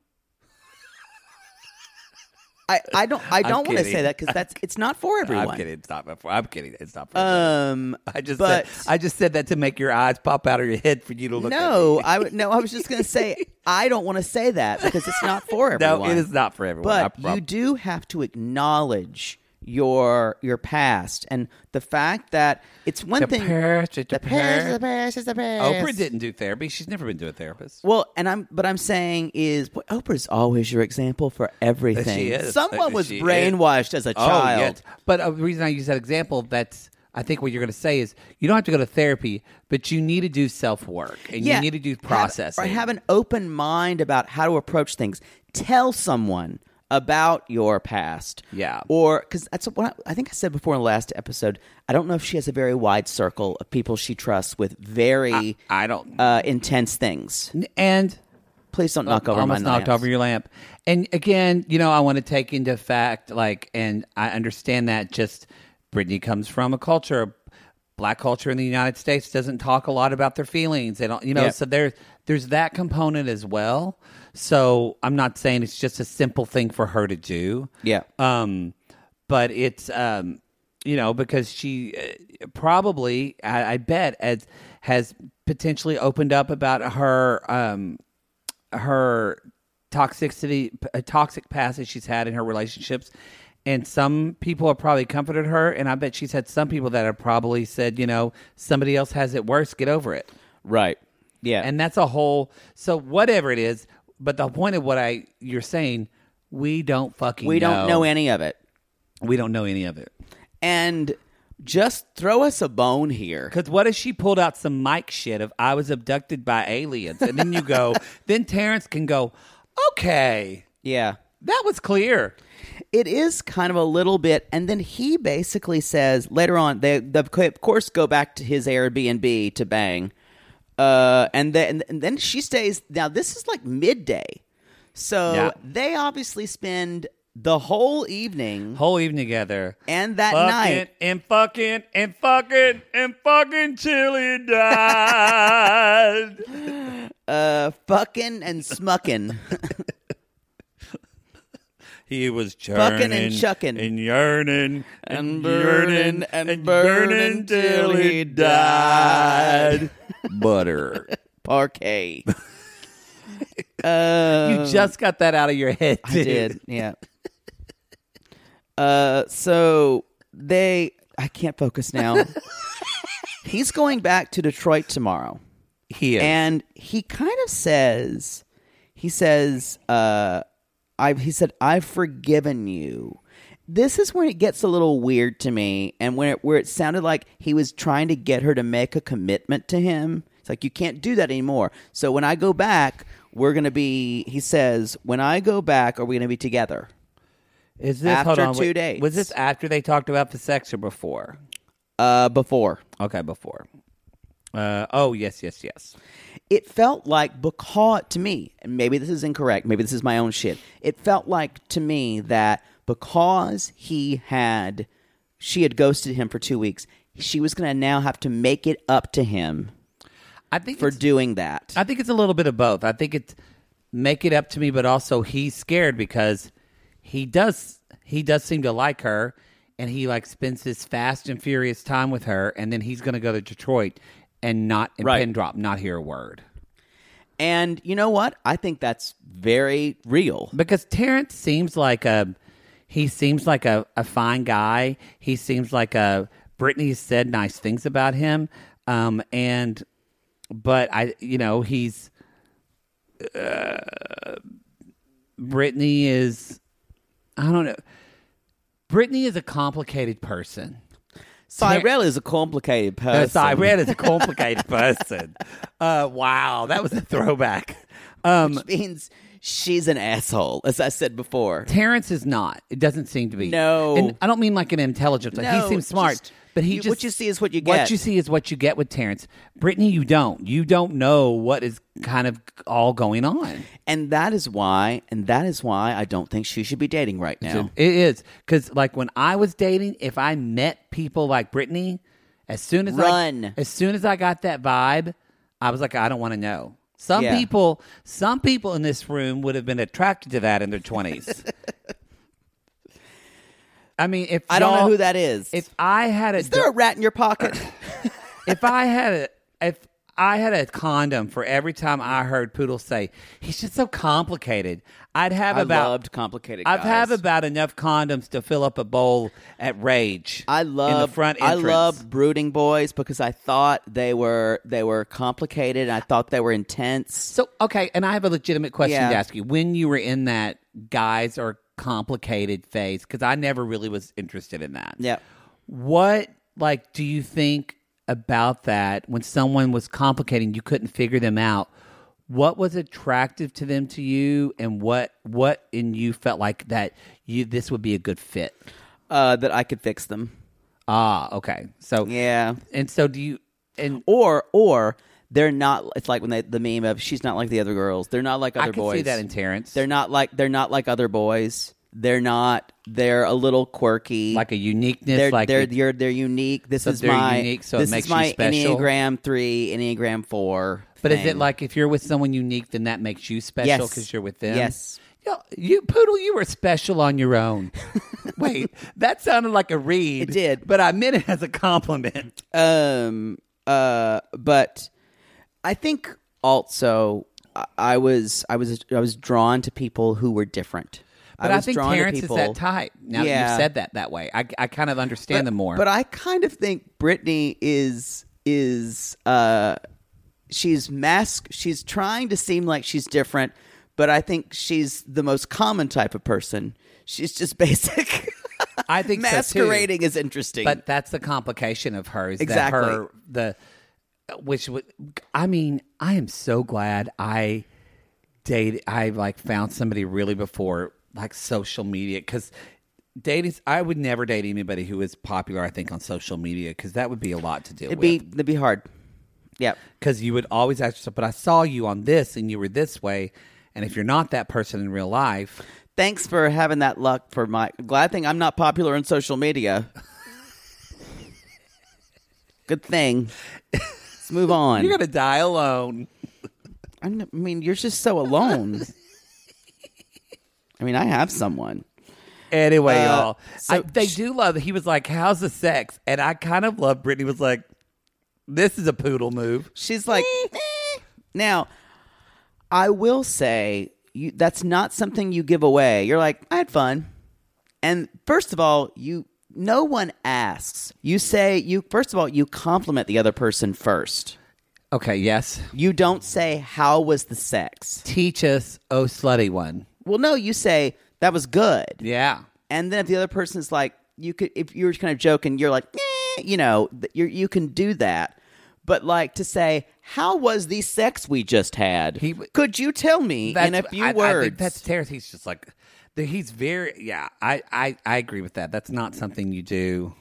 Speaker 4: I, I don't I
Speaker 3: I'm
Speaker 4: don't want to
Speaker 3: kidding.
Speaker 4: say that because that's it's not for everyone.
Speaker 3: (laughs) I'm kidding. It's not before. I'm kidding. It's not. For
Speaker 4: Um,
Speaker 3: I just
Speaker 4: but
Speaker 3: said, I just said that to make your eyes pop out of your head for you to look. at
Speaker 4: no,
Speaker 3: me.
Speaker 4: I would no. I was just gonna
Speaker 3: (laughs)
Speaker 4: say I don't want to say that because it's not for
Speaker 3: no,
Speaker 4: everyone.
Speaker 3: it is not for everyone. I
Speaker 4: But
Speaker 3: promise.
Speaker 4: you do have to acknowledge your your past and the fact that it's one
Speaker 3: The
Speaker 4: thing.
Speaker 3: past, it's the
Speaker 6: Paris is the
Speaker 3: past.
Speaker 6: best. Is the best.
Speaker 3: Oprah didn't do therapy. She's never been to a therapist.
Speaker 4: Well, and I'm but I'm saying is boy, Oprah's always your example for everything.
Speaker 3: She is. Uh,
Speaker 4: Someone was
Speaker 3: She is.
Speaker 4: brainwashed as a
Speaker 3: Oh,
Speaker 4: child.
Speaker 3: yes. But uh, the reason I use that example, that's I think what you're going to say is you don't have to go to therapy, but you need to do self work and you need to do
Speaker 4: have-
Speaker 3: processing.
Speaker 4: or have an open mind about how to approach things. Tell someone about your past.
Speaker 3: Yeah.
Speaker 4: Or because that's what I, I think I said before in the last episode. I don't know if she has a very wide circle of people she trusts with very
Speaker 3: I don't-
Speaker 4: uh, intense things.
Speaker 3: and
Speaker 4: Please don't knock over
Speaker 3: Uh, almost
Speaker 4: my
Speaker 3: knocked
Speaker 4: knives.
Speaker 3: over your lamp. And again, you know, I want to take into fact, like, and I understand that just Brittany comes from a culture, black culture in the United States doesn't talk a lot about their feelings. They don't, you know,
Speaker 4: Yep.
Speaker 3: so there, there's that component as well. So I'm not saying it's just a simple thing for her to do.
Speaker 4: Yeah.
Speaker 3: Um, but it's um, you know, because she uh, probably, I, I bet, as has potentially opened up about her um her toxicity, uh, toxic past that she's had in her relationships. And some people have probably comforted her, and I bet she's had some people that have probably said, you know, somebody else has it worse. Get over it.
Speaker 4: Right. Yeah.
Speaker 3: And that's a whole. So whatever it is, but the point of what I you're saying, we don't fucking
Speaker 4: We don't know any of it.
Speaker 3: we don't know any of it.
Speaker 4: And just throw us a bone here.
Speaker 3: Because what if she pulled out some mic shit of I was abducted by aliens? And then you go, (laughs) then Terrence can go, okay,
Speaker 4: Yeah.
Speaker 3: that was clear.
Speaker 4: it is kind of a little bit and then he basically says later on they, they of course go back to his airbnb to bang uh, and then and then she stays now this is like midday so
Speaker 3: Yeah.
Speaker 4: they obviously spend the whole evening
Speaker 3: Whole evening together.
Speaker 4: and that
Speaker 3: fucking
Speaker 4: night
Speaker 3: and fucking and fucking and fucking chili died. (laughs)
Speaker 4: uh, fucking and smucking
Speaker 3: He was churning
Speaker 4: Fucking and chucking.
Speaker 3: and yearning
Speaker 4: And
Speaker 3: and,
Speaker 4: burning
Speaker 3: burning
Speaker 4: and
Speaker 3: and,
Speaker 4: burning
Speaker 3: burning
Speaker 4: till
Speaker 3: till
Speaker 4: he
Speaker 3: he died. (laughs) Butter.
Speaker 4: parquet
Speaker 3: you just got that out of your head.
Speaker 4: I did. Yeah. uh, so they, I can't focus now. He's going back to Detroit tomorrow,
Speaker 3: He is.
Speaker 4: and he kind of says, he says, uh, I, he said, I've forgiven you. This is when it gets a little weird to me, and where it, where it sounded like he was trying to get her to make a commitment to him. It's like you can't do that anymore. So when I go back, we're gonna be. He says, when I go back, are we gonna be together?
Speaker 3: Is this
Speaker 4: After
Speaker 3: hold on,
Speaker 4: two
Speaker 3: wait,
Speaker 4: dates.
Speaker 3: Was this after they talked about the sex or before?
Speaker 4: Uh, before
Speaker 3: Okay, before. Uh, oh yes, yes, yes.
Speaker 4: it felt like because to me, and maybe this is incorrect, maybe this is my own shit. It felt like to me that because he had she had ghosted him for two weeks, she was gonna now have to make it up to him
Speaker 3: I think
Speaker 4: for
Speaker 3: it's,
Speaker 4: doing that.
Speaker 3: I think it's a little bit of both. I think it's make it up to me, but also he's scared because he does he does seem to like her, and he like spends his fast and furious time with her, and then he's gonna go to Detroit and not and
Speaker 4: Right.
Speaker 3: pin drop, not hear a word.
Speaker 4: and you know what? I think that's very real.
Speaker 3: because Terrence seems like a he seems like a, a fine guy. He seems like a Brittany said nice things about him. Um and but I you know, he's uh, Brittany is I don't know. Brittany is a complicated person.
Speaker 4: Cyrell is a complicated person.
Speaker 3: Yes, I read is a complicated person. Uh, wow, that was a throwback. Um,
Speaker 4: Which means she's an asshole, as I said before.
Speaker 3: Terrence is not. It doesn't seem to be.
Speaker 4: No.
Speaker 3: and I don't mean like an intelligent. Like
Speaker 4: No,
Speaker 3: he seems smart,
Speaker 4: just-
Speaker 3: but he
Speaker 4: you-
Speaker 3: just
Speaker 4: what you see is what you get.
Speaker 3: What you see is what you get with Terrence. Brittany, you don't. You don't know what is kind of all going on.
Speaker 4: And that is why and that is why I don't think she should be dating right now.
Speaker 3: It is because like when I was dating, if I met people like Brittany, as soon as
Speaker 4: Run.
Speaker 3: I, as soon as I got that vibe, I was like, I don't want to know. Some
Speaker 4: Yeah.
Speaker 3: people, some people in this room would have been attracted to that in
Speaker 4: (laughs)
Speaker 3: their twenties. I mean, if
Speaker 4: I don't know
Speaker 3: y'all-
Speaker 4: who that is.
Speaker 3: If I had a,
Speaker 4: Is there a rat in your (clears throat) pocket?
Speaker 3: if I had a, if I had a condom for every time I heard Poodle say he's just so complicated, I'd have
Speaker 4: I
Speaker 3: about
Speaker 4: loved complicated.
Speaker 3: I've
Speaker 4: guys.
Speaker 3: have about enough condoms to fill up a bowl at Rage.
Speaker 4: I
Speaker 3: in the
Speaker 4: love
Speaker 3: front
Speaker 4: I
Speaker 3: entrance.
Speaker 4: love brooding boys because I thought they were they were complicated. and I thought they were intense.
Speaker 3: So okay, and I have a legitimate question
Speaker 4: Yeah.
Speaker 3: to ask you. When you were in that guys are complicated phase, because I never really was interested in that.
Speaker 4: Yep.
Speaker 3: What like do you think about that when someone was complicating you couldn't figure them out? What was attractive to them to you and what what in you felt like that you this would be a good fit?
Speaker 4: Uh, that I could fix them.
Speaker 3: Ah, okay. So
Speaker 4: Yeah.
Speaker 3: And so do you and
Speaker 4: Or or they're not it's like when they the meme of she's not like the other girls. They're not like other
Speaker 3: I can
Speaker 4: boys.
Speaker 3: see that in Terrence.
Speaker 4: they're not like they're not like other boys. They're not they're a little quirky.
Speaker 3: like a uniqueness
Speaker 4: they're
Speaker 3: like
Speaker 4: they're
Speaker 3: it-
Speaker 4: you're, they're unique. This
Speaker 3: So
Speaker 4: is
Speaker 3: they're
Speaker 4: my
Speaker 3: unique, so it
Speaker 4: this
Speaker 3: makes
Speaker 4: is
Speaker 3: you
Speaker 4: my
Speaker 3: special?
Speaker 4: Enneagram three, Enneagram four.
Speaker 3: But is it
Speaker 4: thing.
Speaker 3: like if you're with someone unique, then that makes you special
Speaker 4: Yes.
Speaker 3: because you're with them?
Speaker 4: Yes.
Speaker 3: Yo, you poodle, you were special on
Speaker 4: (laughs)
Speaker 3: your own. Wait, that sounded like a read.
Speaker 4: It did.
Speaker 3: but I meant it as a compliment.
Speaker 4: um uh but I think also I, I was I was I was drawn to people who were different.
Speaker 3: But I,
Speaker 4: was
Speaker 3: think
Speaker 4: drawn to
Speaker 3: Terrence is
Speaker 4: people-
Speaker 3: that type. Now that
Speaker 4: Yeah.
Speaker 3: you've said that that way, I, I kind of understand
Speaker 4: but,
Speaker 3: them more.
Speaker 4: But I kind of think Brittany is is uh she's mask she's trying to seem like she's different, but I think she's the most common type of person. She's just (laughs) basic.
Speaker 3: I think so, too.
Speaker 4: masquerading is interesting.
Speaker 3: But that's the complication of her is
Speaker 4: Exactly.
Speaker 3: that her the which would I mean I am so glad I dated I like found somebody really before like social media because dating I would never date anybody who is popular I think on social media because that would be a lot to deal
Speaker 4: it'd
Speaker 3: with
Speaker 4: be it'd be hard. Yep.
Speaker 3: because you would always ask yourself but I saw you on this and you were this way and if you're not that person in real life
Speaker 4: Thanks for having that luck for my glad thing I'm not popular on social
Speaker 3: (laughs)
Speaker 4: media. Good thing. Let's move on.
Speaker 3: you're gonna die alone
Speaker 4: I kn- I mean, you're just so alone. I mean, I have someone.
Speaker 3: Anyway,
Speaker 4: Uh,
Speaker 3: y'all, I,
Speaker 4: so
Speaker 3: they
Speaker 4: sh-
Speaker 3: do love. He was like, "How's the sex?" And I kind of love. Brittany was like, "This is a poodle move."
Speaker 4: She's like, "Eh." now, I will say you, that's not something you give away. You're like, I had fun, and first of all, you no one asks. You say you first of all you compliment the other person first.
Speaker 3: Okay, yes.
Speaker 4: You don't say how was the sex.
Speaker 3: Teach us, oh slutty one.
Speaker 4: Well, no, you say that was good.
Speaker 3: Yeah,
Speaker 4: And then if the other person's like, you could, if you're kind of joking, you're like, eh, you know, th- you're, you can do that. But like to say, how was the sex we just had?
Speaker 3: He w-
Speaker 4: could you tell me in a few
Speaker 3: I,
Speaker 4: words?
Speaker 3: I think that's terrible. He's just like, the- he's very. Yeah, I, I, I agree with that. That's not something you do.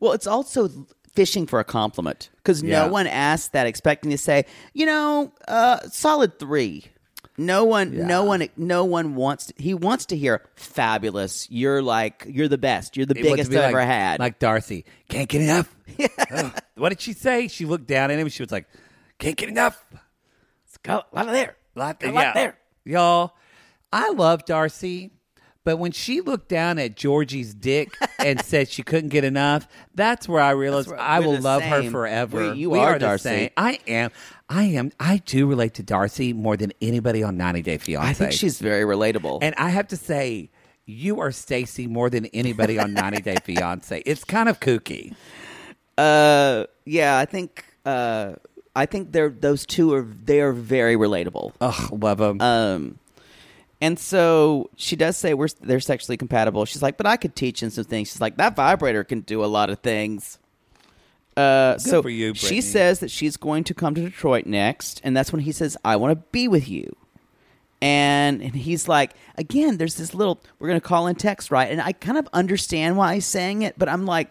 Speaker 4: well, it's also fishing for a compliment because
Speaker 3: Yeah.
Speaker 4: no one asks that, expecting to say, you know, uh, solid three. No one, no one, no one wants. he wants to hear fabulous. You're like, you're the best. You're the
Speaker 3: It would
Speaker 4: biggest
Speaker 3: be
Speaker 4: I've
Speaker 3: like-
Speaker 4: ever had.
Speaker 3: Like Darcy, can't get (laughs) enough. Ugh. What did she say? She looked down at him. and She was like, "Can't get enough." Let's go. A lot of there. A lot, there. Y'all, I love Darcy, but when she looked down at
Speaker 4: (laughs)
Speaker 3: Georgie's dick and said she couldn't get enough, that's where I realized
Speaker 4: where-
Speaker 3: I
Speaker 4: we're
Speaker 3: will
Speaker 4: the
Speaker 3: love her
Speaker 4: same.
Speaker 3: forever.
Speaker 4: We- you
Speaker 3: We
Speaker 4: are
Speaker 3: the
Speaker 4: Darcy.
Speaker 3: same. I am. I am. I do relate to Darcy more than anybody on 90 Day Fiance.
Speaker 4: I think she's very relatable.
Speaker 3: And I have to say, you are Stacy more than anybody on 90
Speaker 4: (laughs)
Speaker 3: Day Fiance. It's kind of kooky.
Speaker 4: Uh, yeah, I think uh, I think they're those two are they are very relatable.
Speaker 3: Ugh, love them.
Speaker 4: Um, and so she does say we're they're sexually compatible. She's like, but I could teach him some things. She's like, that vibrator can do a lot of things. Uh, so
Speaker 3: for you, Brittany.
Speaker 4: she says that she's going to come to Detroit next, and that's when he says, "I want to be with you." And, and he's like, again, there's this little we're going to call and text, right? And I kind of understand why he's saying it, but I'm like,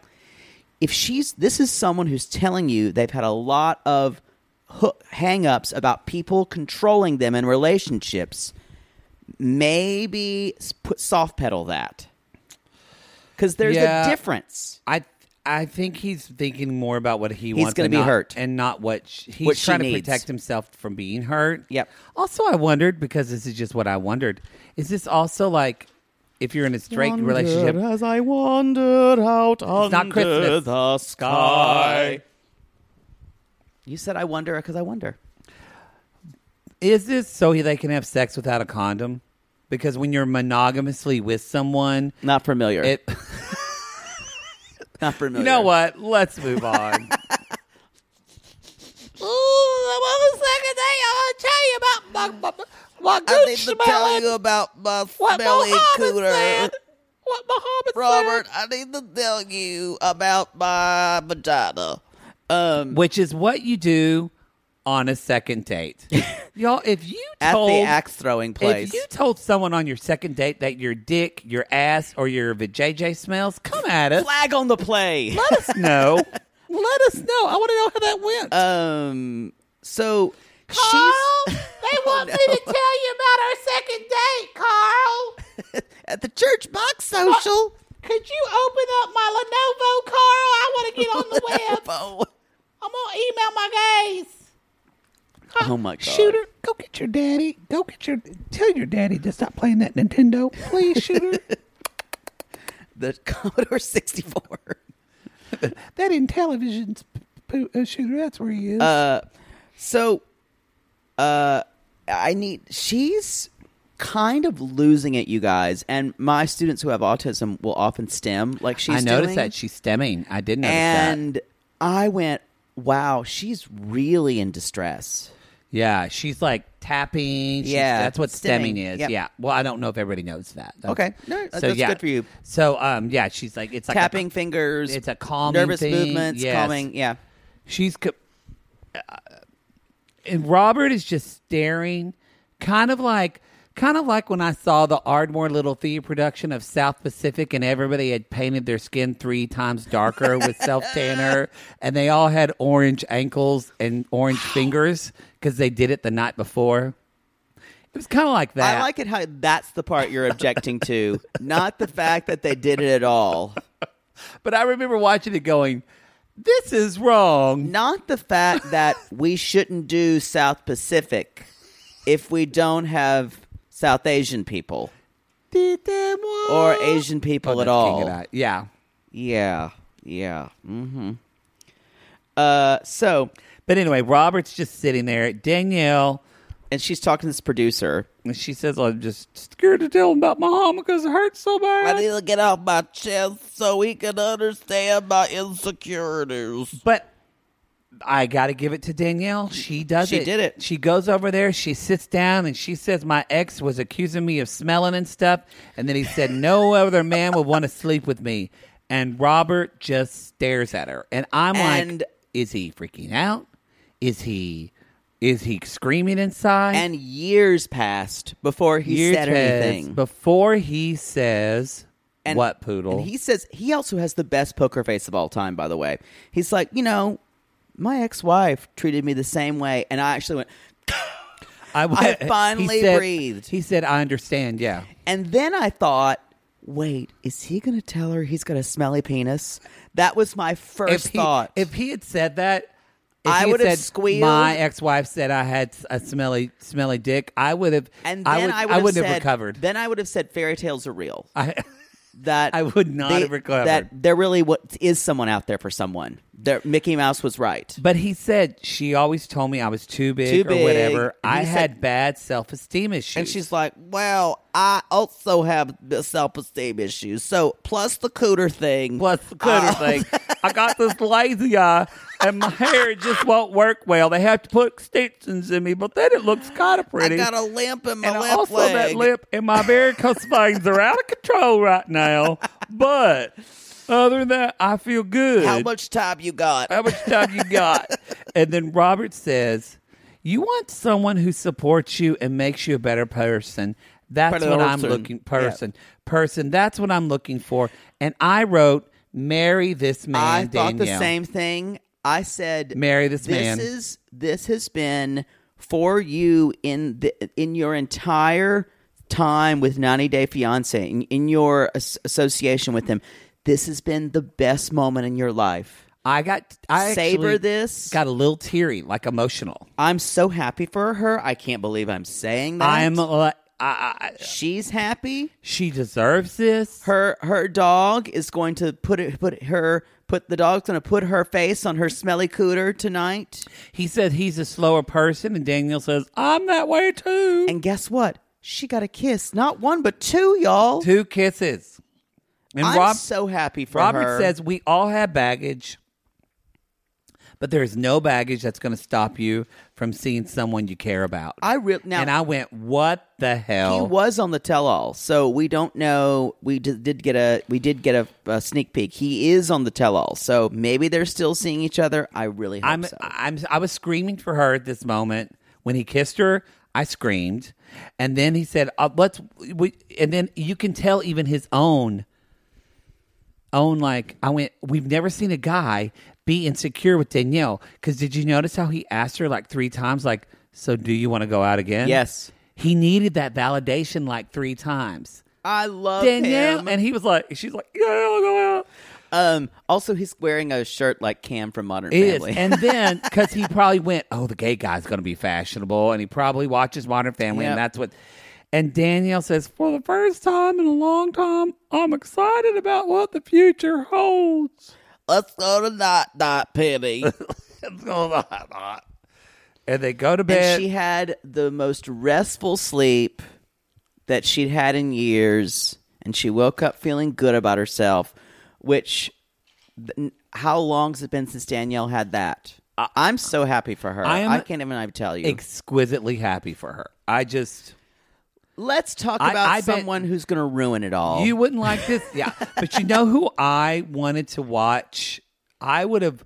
Speaker 4: if she's this is someone who's telling you they've had a lot of hook, hang-ups about people controlling them in relationships maybe s- put soft pedal that because there's
Speaker 3: Yeah.
Speaker 4: a difference
Speaker 3: I I think he's thinking more about what he wants.
Speaker 4: gonna
Speaker 3: and
Speaker 4: be
Speaker 3: not-
Speaker 4: hurt.
Speaker 3: and not what sh he's
Speaker 4: What she
Speaker 3: trying to
Speaker 4: needs.
Speaker 3: protect himself from being hurt.
Speaker 4: Yep.
Speaker 3: Also, I wondered because this is just what I wondered. Is this also like if you're in a straight relationship?
Speaker 4: as i wandered out
Speaker 3: It's not Christmas.
Speaker 4: you said i wonder because i wonder
Speaker 3: Is this so they can have sex without a condom? Because when you're monogamously with someone,
Speaker 4: not familiar
Speaker 3: it. (laughs)
Speaker 4: not
Speaker 6: Oh,
Speaker 4: familiar
Speaker 3: You know what? Let's move on.
Speaker 6: (laughs) Ooh, what was the second thing I want to tell you about my, my, my
Speaker 4: i
Speaker 6: good
Speaker 4: need to tell
Speaker 6: smelling,
Speaker 4: you about my
Speaker 6: what
Speaker 4: smelly
Speaker 6: Muhammad
Speaker 4: cooter
Speaker 6: said. What Muhammad
Speaker 4: Robert, I need to tell you about my vagina. Um,
Speaker 3: which is what you do on a second
Speaker 4: (laughs)
Speaker 3: date. Y'all, if you
Speaker 4: at
Speaker 3: told
Speaker 4: the axe throwing place.
Speaker 3: if you told someone on your second date that your dick, your ass, or your vajayjay smells, come at us.
Speaker 4: Flag on the play.
Speaker 3: Let
Speaker 4: (laughs)
Speaker 3: us know. Let us know. I want to know how that went.
Speaker 4: Um, so (laughs)
Speaker 6: Carl,
Speaker 4: she's
Speaker 6: they want me to tell you about our second date, Carl.
Speaker 4: at the church box social.
Speaker 6: (laughs) Could you open up my Lenovo, Carl? I want to get on the
Speaker 3: (laughs)
Speaker 6: web.
Speaker 4: Oh,
Speaker 6: I'm gonna email my guys.
Speaker 4: oh my god!
Speaker 3: shooter, go get your daddy. Go get your. Tell your daddy to stop playing that Nintendo, (laughs) please, shooter.
Speaker 4: the (laughs) Commodore sixty four.
Speaker 3: that Intellivision's p- p- uh, shooter. That's where he is.
Speaker 4: So, uh, I need. She's kind of losing it, you guys. And my students who have autism will often stem like she's.
Speaker 3: I
Speaker 4: doing.
Speaker 3: noticed that she's stemming. I did notice that.
Speaker 4: and I went, "Wow, she's really in distress."
Speaker 3: Yeah, she's like tapping. She's-
Speaker 4: Yeah,
Speaker 3: that's what stemming,
Speaker 4: stemming.
Speaker 3: is.
Speaker 4: Yep.
Speaker 3: Yeah. Well, I don't know if everybody knows that. That's-
Speaker 4: Okay. No, that's good for you.
Speaker 3: So, um, yeah, she's like it's like a-
Speaker 4: Tapping fingers.
Speaker 3: It's a calming
Speaker 4: nervous
Speaker 3: thing.
Speaker 4: movements.
Speaker 3: Yes.
Speaker 4: Calming. Yeah.
Speaker 3: She's co- uh, and Robert is just staring, kind of like, kind of like when I saw the Ardmore Little Theater production of South Pacific, and everybody had painted their skin three times darker with self
Speaker 4: (laughs)
Speaker 3: tanner, and they all had orange ankles and orange fingers because they did it the night before. It was kind of like that.
Speaker 4: I like it how that's the part you're objecting to, (laughs) not the fact that they did it at all.
Speaker 3: but I remember watching it going, "This is wrong."
Speaker 4: Not the fact that we shouldn't do South Pacific if we don't have South Asian people
Speaker 3: Did them wrong.
Speaker 4: or Asian people at
Speaker 3: King of
Speaker 4: all.
Speaker 3: that. Yeah.
Speaker 4: Yeah. Yeah. Mm-hmm. Uh, so,
Speaker 3: But anyway, Robert's just sitting there. Danielle,
Speaker 4: and she's talking to this producer.
Speaker 3: and she says, I'm just scared to tell him about my mom because it hurts so
Speaker 4: I
Speaker 3: bad.
Speaker 4: need to get off my chest so he can understand my insecurities.
Speaker 3: But I got to give it to Danielle. She does
Speaker 4: She
Speaker 3: it.
Speaker 4: did it.
Speaker 3: She goes over there, she sits down, and she says, My ex was accusing me of smelling and stuff. And then he said, No other man would want to sleep with me. And Robert just stares at her. And I'm
Speaker 4: And-
Speaker 3: like, Is he freaking out? Is he. Is he screaming inside?
Speaker 4: And years passed before he
Speaker 3: Years
Speaker 4: said
Speaker 3: has-
Speaker 4: anything.
Speaker 3: before he says
Speaker 4: And-
Speaker 3: what poodle
Speaker 4: And he says he also has the best poker face of all time, by the way. He's like, you know, my ex wife treated me the same way. And I actually went,
Speaker 3: (laughs) I,
Speaker 4: I
Speaker 3: he
Speaker 4: finally
Speaker 3: said-
Speaker 4: breathed.
Speaker 3: He said, "I understand." Yeah,
Speaker 4: and then I thought, wait, is he going to tell her he's got a smelly penis? That was my first
Speaker 3: if he
Speaker 4: thought.
Speaker 3: if he had said that, if
Speaker 4: I
Speaker 3: he had
Speaker 4: would have
Speaker 3: said,
Speaker 4: squealed.
Speaker 3: My ex-wife said I had a smelly, smelly dick. I would have,
Speaker 4: and then I would,
Speaker 3: I wouldn't
Speaker 4: have,
Speaker 3: have
Speaker 4: said-
Speaker 3: recovered.
Speaker 4: Then I would have said fairy tales are real.
Speaker 3: I, (laughs)
Speaker 4: that
Speaker 3: I would not have recovered.
Speaker 4: That there really what is someone out there for someone. There, Mickey Mouse was right.
Speaker 3: but he said she always told me I was too big
Speaker 4: Too
Speaker 3: or
Speaker 4: big.
Speaker 3: whatever.
Speaker 4: And he
Speaker 3: I
Speaker 4: said-
Speaker 3: had bad self-esteem issues,
Speaker 4: And she's like, "Well, I also have self esteem issues. So plus the cooter thing, Uh,
Speaker 3: plus the cutter
Speaker 4: Oh.
Speaker 3: thing. I got this lazy eye, and my hair just won't work well. They have to put extensions in me, but then it looks kind of
Speaker 4: I
Speaker 3: pretty.
Speaker 4: got a limp in my
Speaker 3: and
Speaker 4: left
Speaker 3: also
Speaker 4: leg.
Speaker 3: that lip and my varicose veins are out of control right now. But other than that, I feel good. Oh,
Speaker 4: How much time you got?
Speaker 3: How much time you got? and then Robert says, "You want someone who supports you and makes you a better person." That's
Speaker 4: Better
Speaker 3: what I'm
Speaker 4: person.
Speaker 3: looking
Speaker 4: Yeah.
Speaker 3: person person. That's what I'm looking for. And I wrote, "Marry this man."
Speaker 4: I thought the
Speaker 3: Danielle."
Speaker 4: same thing. I said,
Speaker 3: Marry this man."
Speaker 4: Is this has been for you in the in your entire time with 90 Day Fiance in, in your as- association with him? This has been the best moment in your life.
Speaker 3: I got. I
Speaker 4: Savor
Speaker 3: actually
Speaker 4: this.
Speaker 3: Got a little teary, like emotional.
Speaker 4: I'm so happy for her. I can't believe I'm saying that.
Speaker 3: I'm. like, I, I,
Speaker 4: She's happy.
Speaker 3: she deserves this.
Speaker 4: Her her dog is going to put it put her put the dog's going to put her face on her smelly cooter tonight.
Speaker 3: He said he's a slower person, and Daniel says I'm that way too.
Speaker 4: And guess what? She got a kiss, not one but two, y'all.
Speaker 3: Two kisses. And
Speaker 4: I'm
Speaker 3: Rob,
Speaker 4: so happy for
Speaker 3: Robert
Speaker 4: her.
Speaker 3: says we all have baggage, but there is no baggage that's going to stop you from seeing someone you care about.
Speaker 4: I re- now-
Speaker 3: and I went, what the hell?
Speaker 4: he was on the tell-all, so we don't know. We did, did get a we did get a, a sneak peek. He is on the tell-all, so maybe they're still seeing each other. I really hope
Speaker 3: I'm,
Speaker 4: so.
Speaker 3: I'm, I was screaming for her at this moment when he kissed her. I screamed, and then he said, uh, "Let's." We, and then you can tell even his own, own like I went. We've never seen a guy be insecure with Danielle because did you notice how he asked her like three times, like, "So do you want to go out again?"
Speaker 4: Yes.
Speaker 3: He needed that validation like three times.
Speaker 4: I love
Speaker 3: Danielle,
Speaker 4: him.
Speaker 3: and he was like, "She's like, yeah, I'll go out."
Speaker 4: um, also, he's wearing a shirt like Cam from Modern
Speaker 3: It
Speaker 4: Family.
Speaker 3: Is. And then, because he probably went, oh, the gay guy's going to be fashionable, and he probably watches Modern Family,
Speaker 4: Yep.
Speaker 3: and that's what. And Danielle says, for the first time in a long time, I'm excited about what the future holds.
Speaker 4: (laughs) Let's go to Dot Dot
Speaker 3: (laughs)
Speaker 4: Penny.
Speaker 3: It's gonna be hot. and they go to bed.
Speaker 4: and she had the most restful sleep that she'd had in years and she woke up feeling good about herself which th- n- how long's it been since danielle had that I'm so happy for her.
Speaker 3: I
Speaker 4: I,
Speaker 3: am-
Speaker 4: can't even tell you.
Speaker 3: exquisitely happy for her. I just
Speaker 4: Let's talk
Speaker 3: I-
Speaker 4: about
Speaker 3: I bet-
Speaker 4: someone who's going to ruin it all.
Speaker 3: you wouldn't like this,
Speaker 4: (laughs)
Speaker 3: yeah. But you know who I wanted to watch? I would have,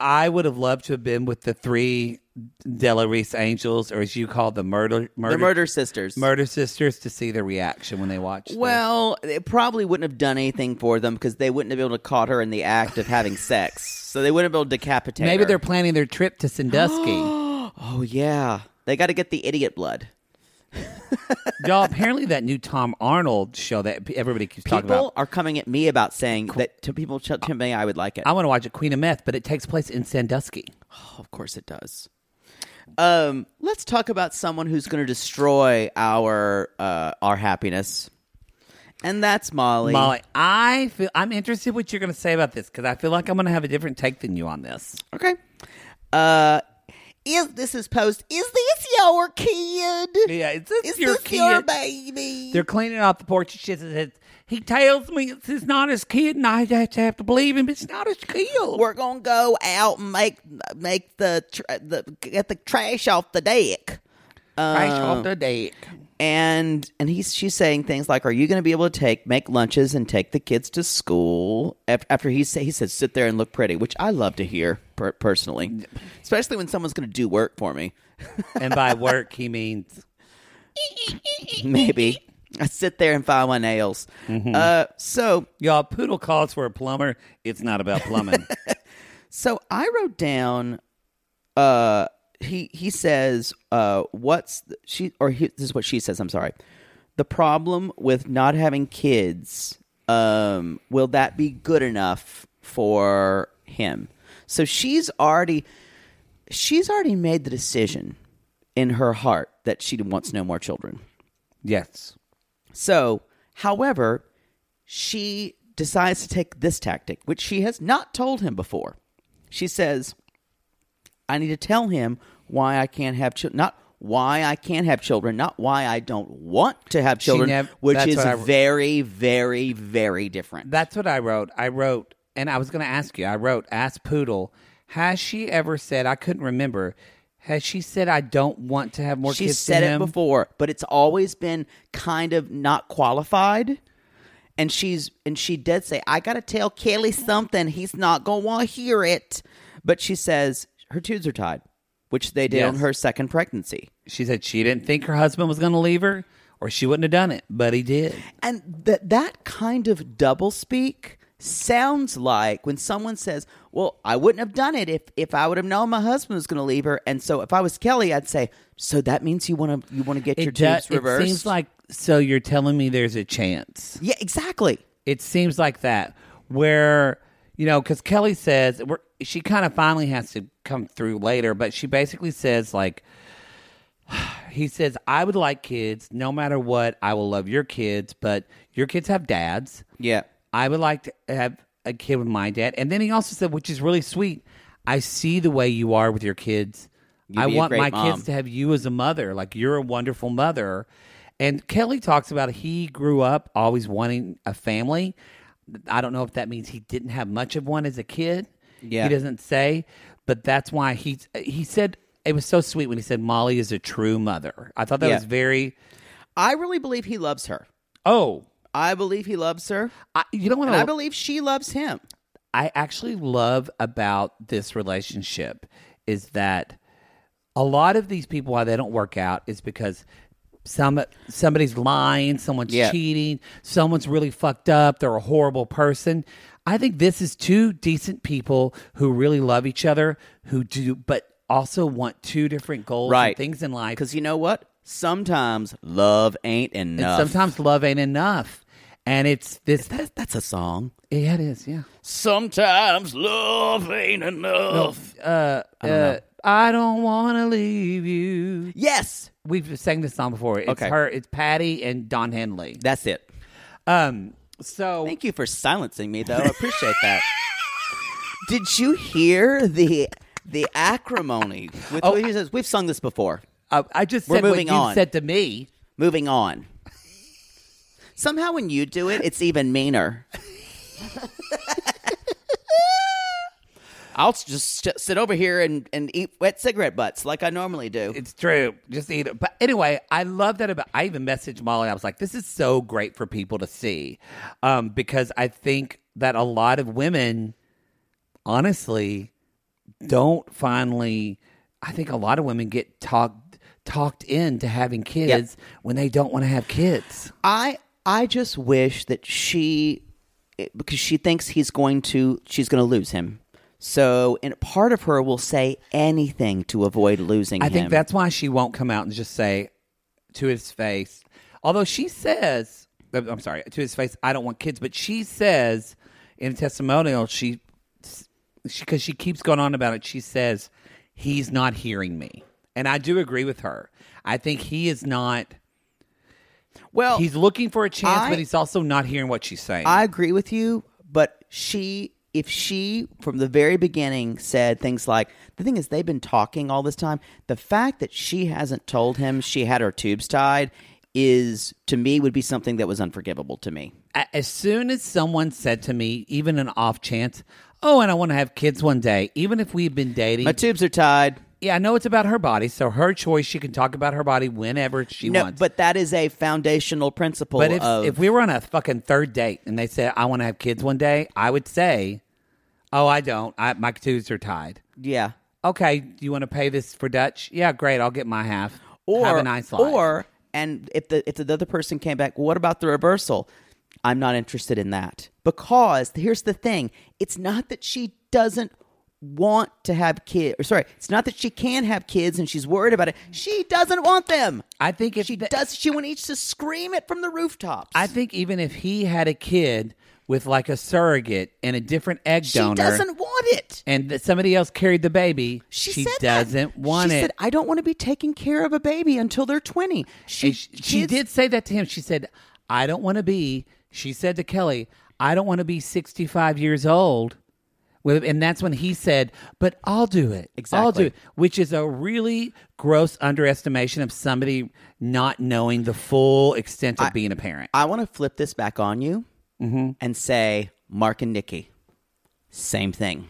Speaker 3: I would have loved to have been with the three Delarice Angels, or as you call the murder, murder,
Speaker 4: the Murder Sisters.
Speaker 3: murder sisters, to see their reaction when they watch. this.
Speaker 4: Well, it probably wouldn't have done anything for them because they wouldn't have been able to caught her in the act of having sex. So they wouldn't have been able to decapitate
Speaker 3: maybe
Speaker 4: her.
Speaker 3: they're planning their trip
Speaker 4: (gasps)
Speaker 3: to Sandusky.
Speaker 4: Oh, yeah. They got to get the idiot blood.
Speaker 3: Y'all, apparently that new Tom Arnold show that everybody keeps talking
Speaker 4: People
Speaker 3: about.
Speaker 4: are coming at me about saying that to people tell
Speaker 3: uh,
Speaker 4: tell me I would like it.
Speaker 3: I want to watch a Queen of Meth, but it takes place in Sandusky.
Speaker 4: Of course it does. Um, let's talk about someone who's going to destroy our uh, our happiness, and that's Molly.
Speaker 3: Molly, I feel I'm interested what you're going to say about this because I feel like I'm going to have a different take than you on this.
Speaker 4: Okay. Uh, is this is post? Is this your kid?
Speaker 3: Yeah, is this
Speaker 4: is
Speaker 3: your
Speaker 4: this your
Speaker 3: kid?
Speaker 4: baby?
Speaker 3: They're cleaning off the porch and shit. And says, he tells me it's it's not his kid, and I have to have to believe him. It's not his kid.
Speaker 4: We're gonna go out and make make the tr- the get the trash off the deck.
Speaker 3: Crash Oh. off the deck.
Speaker 4: and and he's she's saying things like, "Are you going to be able to take make lunches and take the kids to school?" Af- After he say, he said, "Sit there and look pretty," which I love to hear per- personally, especially when someone's going to do work for me.
Speaker 3: and by work he means
Speaker 4: Maybe I sit there and file my nails. Uh, so
Speaker 3: y'all. Poodle calls for a plumber. It's not about
Speaker 4: (laughs)
Speaker 3: plumbing.
Speaker 4: So I wrote down. Uh, he he says, uh, what's the, she or he, this is what she says. I'm sorry. The problem with not having kids, um, will that be good enough for him? So she's already she's already made the decision in her heart that she wants no more children.
Speaker 3: yes.
Speaker 4: So, however, she decides to take this tactic, which she has not told him before. She says, I need to tell him why I can't have children, not why I can't have children, not why I don't want to have children,
Speaker 3: nev-
Speaker 4: which
Speaker 3: that's
Speaker 4: is
Speaker 3: what I-
Speaker 4: very, very, very different.
Speaker 3: That's what I wrote. I wrote, and I was going to ask you. I wrote, ask Poodle, has she ever said? I couldn't remember. Has she said I don't want to have more
Speaker 4: she
Speaker 3: kids?
Speaker 4: said
Speaker 3: than
Speaker 4: it
Speaker 3: him?
Speaker 4: before, but it's always been kind of not qualified. And she's and she did say, "I gotta tell Kelly something. He's not gonna want to hear it." But she says her tubes are tied, which they did on
Speaker 3: Yes.
Speaker 4: her second pregnancy.
Speaker 3: She said she didn't think her husband was going to leave her, or she wouldn't have done it. But he did.
Speaker 4: And that that kind of double speak sounds like when someone says, "Well, I wouldn't have done it if if I would have known my husband was going to leave her." And so if I was Kelly, I'd say, "So that means you want to you want to get your
Speaker 3: it, does-
Speaker 4: tubes reversed."
Speaker 3: it seems like so. You're telling me there's a chance.
Speaker 4: yeah, exactly.
Speaker 3: It seems like that where you know because Kelly says we're, she kind of finally has to come through later, but she basically says like (sighs) he says I would like kids no matter what. I will love your kids, but your kids have dads.
Speaker 4: Yeah.
Speaker 3: I would like to have a kid with my dad. And then he also said, which is really sweet, I see the way you are with your kids. I
Speaker 4: be a
Speaker 3: want
Speaker 4: great
Speaker 3: my
Speaker 4: mom."
Speaker 3: kids to have you as a mother. Like you're a wonderful mother. And Kelly talks about he grew up always wanting a family. I don't know if that means he didn't have much of one as a kid.
Speaker 4: Yeah.
Speaker 3: He doesn't say, but that's why he he said it was so sweet when he said Molly is a true mother. I thought that
Speaker 4: Yeah.
Speaker 3: was very
Speaker 4: I really believe he loves her.
Speaker 3: oh,
Speaker 4: I believe he loves her.
Speaker 3: I, you don't want
Speaker 4: And
Speaker 3: to
Speaker 4: I believe she loves him.
Speaker 3: I actually love about this relationship is that a lot of these people why they don't work out is because some somebody's lying, someone's
Speaker 4: Yeah.
Speaker 3: cheating, someone's really fucked up, they're a horrible person. I think this is two decent people who really love each other, who do but also want two different goals
Speaker 4: Right.
Speaker 3: and things in life.
Speaker 4: Because you know what? Sometimes love ain't
Speaker 3: and
Speaker 4: enough.
Speaker 3: sometimes love ain't enough. And it's this
Speaker 4: That- that's a song.
Speaker 3: yeah, it is, yeah.
Speaker 4: Sometimes love ain't enough.
Speaker 3: Uh, I don't, want to leave you.
Speaker 4: Yes.
Speaker 3: We've sang this song before. It's
Speaker 4: Okay.
Speaker 3: her. It's Patty and Don Henley.
Speaker 4: That's it.
Speaker 3: Um. So
Speaker 4: Thank you for silencing me though. I appreciate that. Did you hear the the acrimony with
Speaker 3: Oh,
Speaker 4: which he says we've sung this before.
Speaker 3: uh, I just
Speaker 4: We're
Speaker 3: said what
Speaker 4: moving
Speaker 3: you
Speaker 4: on.
Speaker 3: said to me.
Speaker 4: Moving on. Somehow when you do it, it's even meaner. (laughs) I'll s- just s- sit over here and, and eat wet cigarette butts like I normally do.
Speaker 3: It's true. Just eat it. But anyway, I love that about I even messaged Molly. I was like, this is so great for people to see. Um, because I think that a lot of women honestly don't finally I think a lot of women get talked talked into having kids when they don't want to have kids.
Speaker 4: I I just wish that she it- because she thinks he's going to she's going to lose him. So, and part of her will say anything to avoid losing
Speaker 3: I
Speaker 4: him.
Speaker 3: think that's why she won't come out and just say to his face. Although she says, uh, I'm sorry, to his face, I don't want kids, but she says in a testimonial, she, because she, keeps going on about it, she says, he's not hearing me. And I do agree with her. I think he is not,
Speaker 4: well,
Speaker 3: he's looking for a chance,
Speaker 4: Oh. I-
Speaker 3: but he's also not hearing what she's saying.
Speaker 4: I agree with you, but she, if she from the very beginning said things like, the thing is, they've been talking all this time. The fact that she hasn't told him she had her tubes tied is, to me, would be something that was unforgivable to me.
Speaker 3: A- as soon as someone said to me, even an off chance, oh, and I want to have kids one day, even if we've been dating,
Speaker 4: My tubes are tied.
Speaker 3: Yeah, I know it's about her body, so her choice. She can talk about her body whenever she
Speaker 4: no,
Speaker 3: wants.
Speaker 4: but that is a foundational principle.
Speaker 3: but if
Speaker 4: of,
Speaker 3: if we were on a fucking third date and they said I want to have kids one day, I would say, "Oh, I don't. I, my tubes are tied."
Speaker 4: yeah,
Speaker 3: Okay, do you want to pay this for Dutch? Yeah, great. I'll get my half.
Speaker 4: or
Speaker 3: have a nice life.
Speaker 4: or and if the if the other person came back, what about the reversal? I'm not interested in that because here's the thing: it's not that she doesn't want to have kids, or sorry, it's not that she can have kids and she's worried about it. She doesn't want them.
Speaker 3: I think if
Speaker 4: she
Speaker 3: the-
Speaker 4: does. She needs to scream it from the rooftops.
Speaker 3: I think even if he had a kid with like a surrogate and a different egg
Speaker 4: she
Speaker 3: donor,
Speaker 4: doesn't want it.
Speaker 3: and that somebody else carried the baby,
Speaker 4: She,
Speaker 3: she
Speaker 4: said that.
Speaker 3: doesn't want
Speaker 4: she
Speaker 3: it.
Speaker 4: Said, I don't want to be taking care of a baby until they're twenty. She
Speaker 3: And sh- she
Speaker 4: kids-
Speaker 3: did say that to him. She said, "I don't want to be." She said to Kelly, "I don't want to be 65 years old." With, and that's when he said, "But I'll do it. I'll do
Speaker 4: Exactly.
Speaker 3: it," which is a really gross underestimation of somebody not knowing the full extent of being a parent.
Speaker 4: I want to flip this back on you
Speaker 3: Mm-hmm.
Speaker 4: and say Mark and Nikki. Same thing.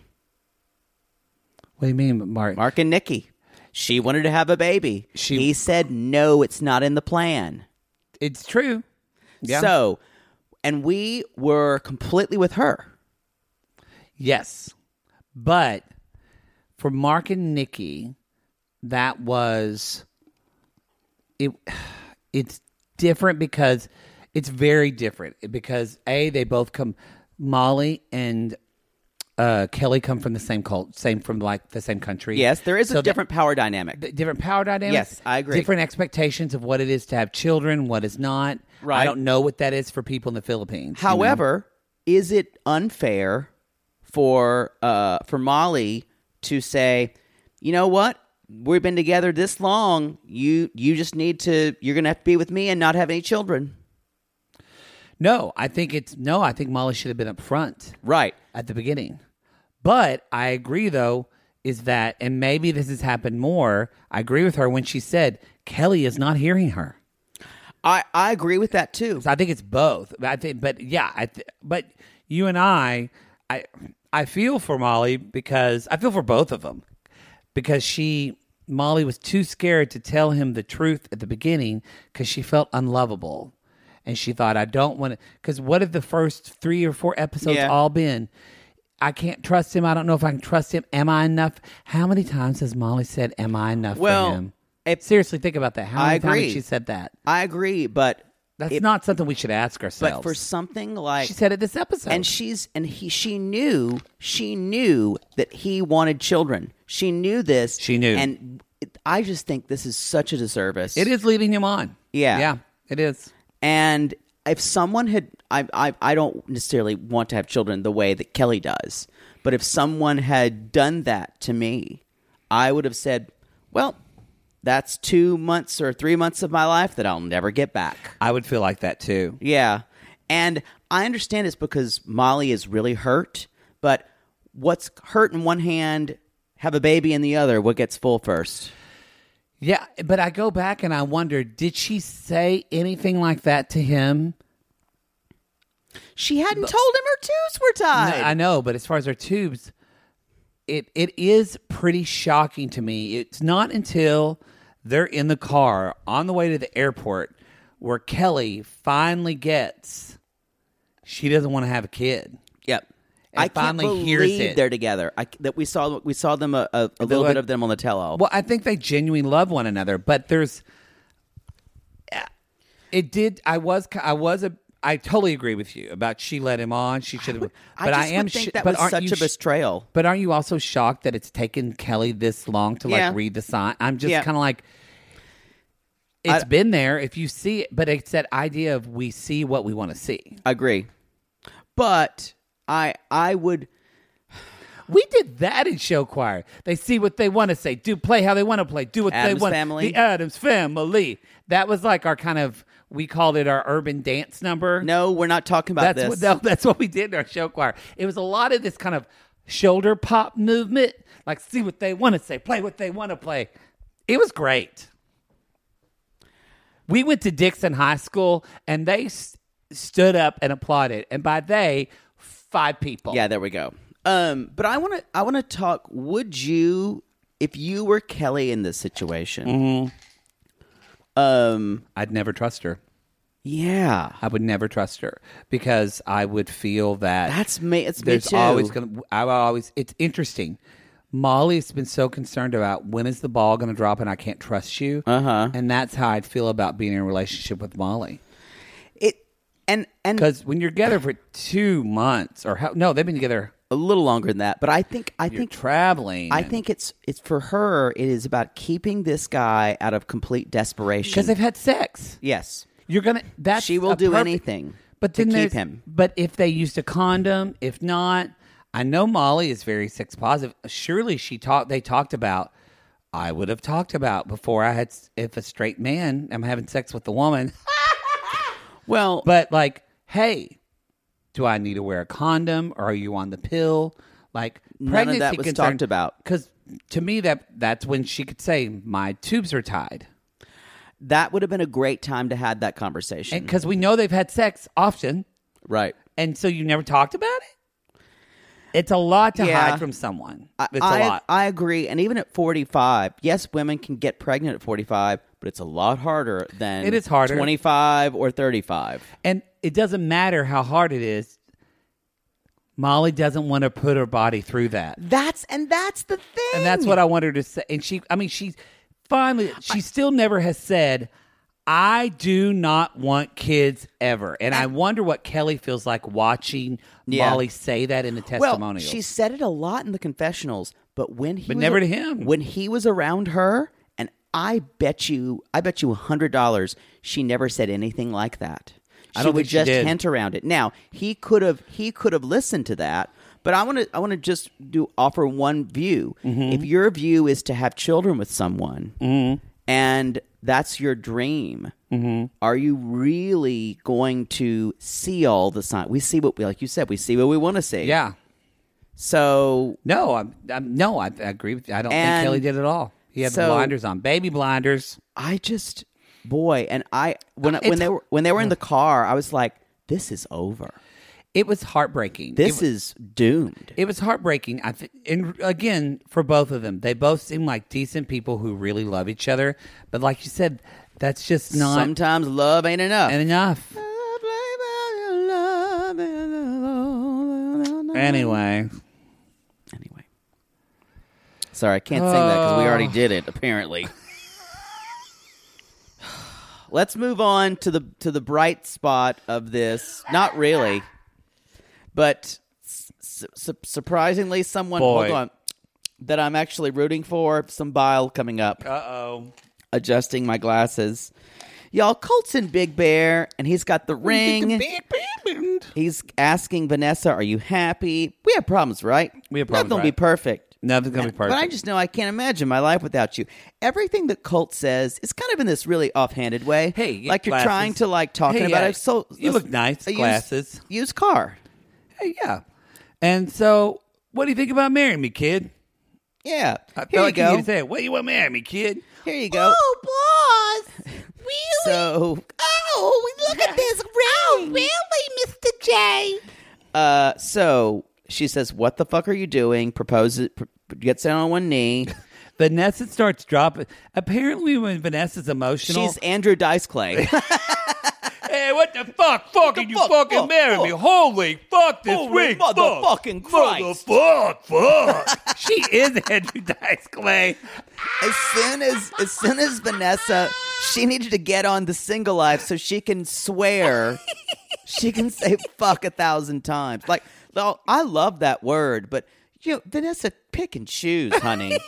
Speaker 3: what do you mean, Mark?
Speaker 4: Mark and Nikki. She wanted to have a baby.
Speaker 3: She-
Speaker 4: he said, no, it's not in the plan.
Speaker 3: It's true. Yeah.
Speaker 4: So, and we were completely with her.
Speaker 3: Yes. But for Mark and Nikki, that was it (sighs) it's different because it's very different because A, they both come Molly and uh, Kelly come from the same cult, same from like the same country.
Speaker 4: Yes, there is a
Speaker 3: So that-
Speaker 4: different power dynamic.
Speaker 3: th- different power dynamics.
Speaker 4: Yes, I agree.
Speaker 3: Different expectations of what it is to have children, what is not. I
Speaker 4: Right.
Speaker 3: don't know what that is for people in the Philippines. you know?
Speaker 4: However, is it unfair for uh, for Molly to say, you know what? We've been together this long. You you just need to. You're gonna have to be with me and not have any children.
Speaker 3: No, I think it's no. I think Molly should have been up front
Speaker 4: Right.
Speaker 3: at the beginning. But I agree though is that and maybe this has happened more. I agree with her when she said Kelly is not hearing her.
Speaker 4: I, I agree with that too.
Speaker 3: So I think it's both. But I think but yeah, I th- but you and I I I feel for Molly because I feel for both of them because she Molly was too scared to tell him the truth at the beginning because she felt unlovable. And she thought, I don't want to. Because what have the first three or four episodes
Speaker 4: Yeah.
Speaker 3: all been? I can't trust him. I don't know if I can trust him. Am I enough? How many times has Molly said, Am I enough
Speaker 4: Well,
Speaker 3: for him?
Speaker 4: if-
Speaker 3: Seriously, think about that. How
Speaker 4: I
Speaker 3: many times
Speaker 4: agree.
Speaker 3: has she said that?
Speaker 4: I agree, but
Speaker 3: That's
Speaker 4: it-
Speaker 3: not something we should ask ourselves.
Speaker 4: but for something like
Speaker 3: she said it this episode.
Speaker 4: and she's and he she knew she knew that he wanted children. She knew this.
Speaker 3: She knew.
Speaker 4: and it- I just think this is such a disservice.
Speaker 3: it is leading him on.
Speaker 4: Yeah.
Speaker 3: Yeah, it is.
Speaker 4: And if someone had, I, I, I don't necessarily want to have children the way that Kelly does, but if someone had done that to me, I would have said, well, that's two months or three months of my life that I'll never get back.
Speaker 3: I would feel like that too.
Speaker 4: Yeah. And I understand it's because Molly is really hurt, but what's hurt in one hand, have a baby in the other, what gets full first?
Speaker 3: Yeah, but I go back and I wonder did she say anything like that to him?
Speaker 4: She hadn't told him her tubes were
Speaker 3: No,
Speaker 4: tied.
Speaker 3: I know, but as far as her tubes, it it is pretty shocking to me. It's not until they're in the car on the way to the airport where Kelly finally gets she doesn't want to have a kid.
Speaker 4: Yep.
Speaker 3: And
Speaker 4: I
Speaker 3: finally
Speaker 4: can't
Speaker 3: hears
Speaker 4: believe
Speaker 3: it.
Speaker 4: They're together. I, that we saw we saw them a, a, a little
Speaker 3: what?
Speaker 4: bit of them on the tell-all.
Speaker 3: Well, I think they genuinely love one another, but there's uh, it did I was ki- I was a I totally agree with you about she let him on. She should have, but
Speaker 4: I just
Speaker 3: am.
Speaker 4: would think
Speaker 3: sh-
Speaker 4: that
Speaker 3: but
Speaker 4: was
Speaker 3: aren't
Speaker 4: such
Speaker 3: you
Speaker 4: a betrayal.
Speaker 3: But aren't you also shocked that it's taken Kelly this long to like
Speaker 4: Yeah.
Speaker 3: read the sign? I'm just
Speaker 4: Yeah.
Speaker 3: kind of like, it's been there. If you see it, but it's that idea of we see what we want to see.
Speaker 4: Agree. But I I would
Speaker 3: We did that in show choir. They see what they want to say, do play how they want to play, do what they
Speaker 4: Addams
Speaker 3: want.
Speaker 4: Family.
Speaker 3: The Adams Family. That was like our kind of we called it our urban dance number.
Speaker 4: no, we're not talking about
Speaker 3: that's
Speaker 4: this.
Speaker 3: what no, that's what we did in our show choir. It was a lot of this kind of shoulder pop movement, like see what they want to say, play what they want to play. It was great. We went to Dixon High School and they s stood up and applauded, and by they, five people.
Speaker 4: Yeah, there we go. Um, but I want to I want to talk. Would you, if you were Kelly in this situation?
Speaker 3: Mm-hmm.
Speaker 4: Um.
Speaker 3: I'd never trust her.
Speaker 4: Yeah.
Speaker 3: I would never trust her because I would feel that
Speaker 4: That's me- it's me
Speaker 3: there's
Speaker 4: too.
Speaker 3: always going to. I will always. It's interesting. Molly's been so concerned about when is the ball going to drop and I can't trust you. Uh
Speaker 4: Uh-huh.
Speaker 3: huh. And that's how I'd feel about being in a relationship with Molly
Speaker 4: It and and
Speaker 3: because when you're together for two months or how, no, they've been together.
Speaker 4: a little longer than that. But I think I
Speaker 3: You're
Speaker 4: think
Speaker 3: traveling.
Speaker 4: I think it's it's for her. It is about keeping this guy out of complete desperation.
Speaker 3: because they've had sex.
Speaker 4: yes,
Speaker 3: You're gonna. That's
Speaker 4: She will
Speaker 3: a
Speaker 4: do anything
Speaker 3: But
Speaker 4: to
Speaker 3: then
Speaker 4: keep
Speaker 3: there's-
Speaker 4: him.
Speaker 3: But if they used a condom, if not, I know Molly is very sex positive. Surely she talked. They talked about. I would have talked about before I had. s- If a straight man, I'm having sex with a woman. (laughs)
Speaker 4: well,
Speaker 3: But like, hey, do I need to wear a condom? Or are you on the pill? Like
Speaker 4: None of
Speaker 3: pregnancy
Speaker 4: that was
Speaker 3: concern-
Speaker 4: talked about.
Speaker 3: Because to me, that that's when she could say, "My tubes are tied."
Speaker 4: that would have been a great time to have that conversation.
Speaker 3: And because we know they've had sex often,
Speaker 4: right.
Speaker 3: and so you never talked about it. It's a lot to
Speaker 4: Yeah.
Speaker 3: hide from someone.
Speaker 4: I-
Speaker 3: It's a
Speaker 4: I,
Speaker 3: lot.
Speaker 4: I agree. And even at 45, yes, women can get pregnant at 45, but it's a lot harder than
Speaker 3: It is harder.
Speaker 4: 25 or 35.
Speaker 3: and it doesn't matter how hard it is. Molly doesn't want to put her body through that,
Speaker 4: That's and that's the thing.
Speaker 3: and that's what I want her to say. And she, I mean, she finally, she still never has said, "I do not want kids ever." And I wonder what Kelly feels like watching
Speaker 4: Yeah.
Speaker 3: Molly say that in the
Speaker 4: well,
Speaker 3: testimonial.
Speaker 4: she said it a lot in the confessionals, but when he
Speaker 3: But
Speaker 4: was
Speaker 3: never to him.
Speaker 4: When he was around her, and I bet you, I bet you $100 she never said anything like that. She
Speaker 3: I don't
Speaker 4: would
Speaker 3: think she
Speaker 4: just
Speaker 3: did.
Speaker 4: hint around it. Now, he could have he could have listened to that, but I want to I want to just do offer one view.
Speaker 3: Mm-hmm.
Speaker 4: If your view is to have children with someone, and that's your dream,
Speaker 3: Mm-hmm.
Speaker 4: are you really going to see all the sign? We see what we like you said, we see what we want to see.
Speaker 3: yeah,
Speaker 4: So
Speaker 3: no, I'm, I'm no, I, I agree with you. I don't
Speaker 4: And
Speaker 3: think Kelly did at all. He had the
Speaker 4: so-
Speaker 3: blinders on, baby blinders.
Speaker 4: I just boy, and I when
Speaker 3: It's-
Speaker 4: when they were when they were in the car, I was like, this is over.
Speaker 3: It was heartbreaking.
Speaker 4: This
Speaker 3: it,
Speaker 4: is doomed.
Speaker 3: it was heartbreaking. I th- and again for both of them, they both seem like decent people who really love each other. But like you said, that's just not
Speaker 4: Sometimes love ain't enough.
Speaker 3: enough. Anyway,
Speaker 4: Anyway. Sorry, I can't sing that because we already did it,
Speaker 3: (laughs)
Speaker 4: apparently. Let's move on to the to the bright spot of this. Not really, but su- su- surprisingly, someone
Speaker 3: Boy.
Speaker 4: hold on that I'm actually rooting for. Some bile coming up.
Speaker 3: uh oh,
Speaker 4: Adjusting my glasses, y'all. Colts in Big Bear, and he's got the ring. He's asking Vanessa, "Are you happy? We have problems, right?
Speaker 3: We have
Speaker 4: Nothing
Speaker 3: problems,
Speaker 4: will be
Speaker 3: right?
Speaker 4: perfect.
Speaker 3: nothing's gonna be perfect.
Speaker 4: But I just know I can't imagine my life without you. Everything that Colt says is kind of in this really offhanded way.
Speaker 3: Hey, yeah,
Speaker 4: like you're
Speaker 3: glasses.
Speaker 4: trying to like talking
Speaker 3: Hey,
Speaker 4: about
Speaker 3: yeah,
Speaker 4: it. So
Speaker 3: you look nice,
Speaker 4: a used-
Speaker 3: glasses.
Speaker 4: used car.
Speaker 3: Hey, yeah. And so, what do you think about marrying me, kid?
Speaker 4: Yeah,
Speaker 3: I
Speaker 4: here
Speaker 3: feel
Speaker 4: you
Speaker 3: like
Speaker 4: go.
Speaker 3: need to say, "What you want to marry me, kid?"
Speaker 4: here you go.
Speaker 6: Oh,
Speaker 4: (laughs)
Speaker 6: boss. Really?
Speaker 4: So,
Speaker 3: Oh, (laughs)
Speaker 6: oh, look at this ring. Oh, really, Mr. J?
Speaker 4: uh, so She says, "What the fuck are you doing?" Proposes, pr- gets down on one
Speaker 3: (laughs)
Speaker 4: knee.
Speaker 3: Vanessa starts dropping. Apparently, when Vanessa's emotional,
Speaker 4: She's Andrew Dice
Speaker 3: (laughs)
Speaker 4: Clay.
Speaker 3: hey, what the fuck? Fucking you
Speaker 4: fuck?
Speaker 3: fucking
Speaker 4: Fuck,
Speaker 3: marry me?
Speaker 4: fuck.
Speaker 3: Holy fuck! This
Speaker 4: Holy
Speaker 3: week,
Speaker 4: motherfucking
Speaker 3: fuck.
Speaker 4: Christ.
Speaker 3: Motherfuck, fuck. (laughs) she is Andrew Dice Clay.
Speaker 4: as soon as as soon as Vanessa, she needed to get on the single life so she can swear. she can say fuck a thousand times. Like, no, I love that word, but you know, Vanessa, pick and choose, honey.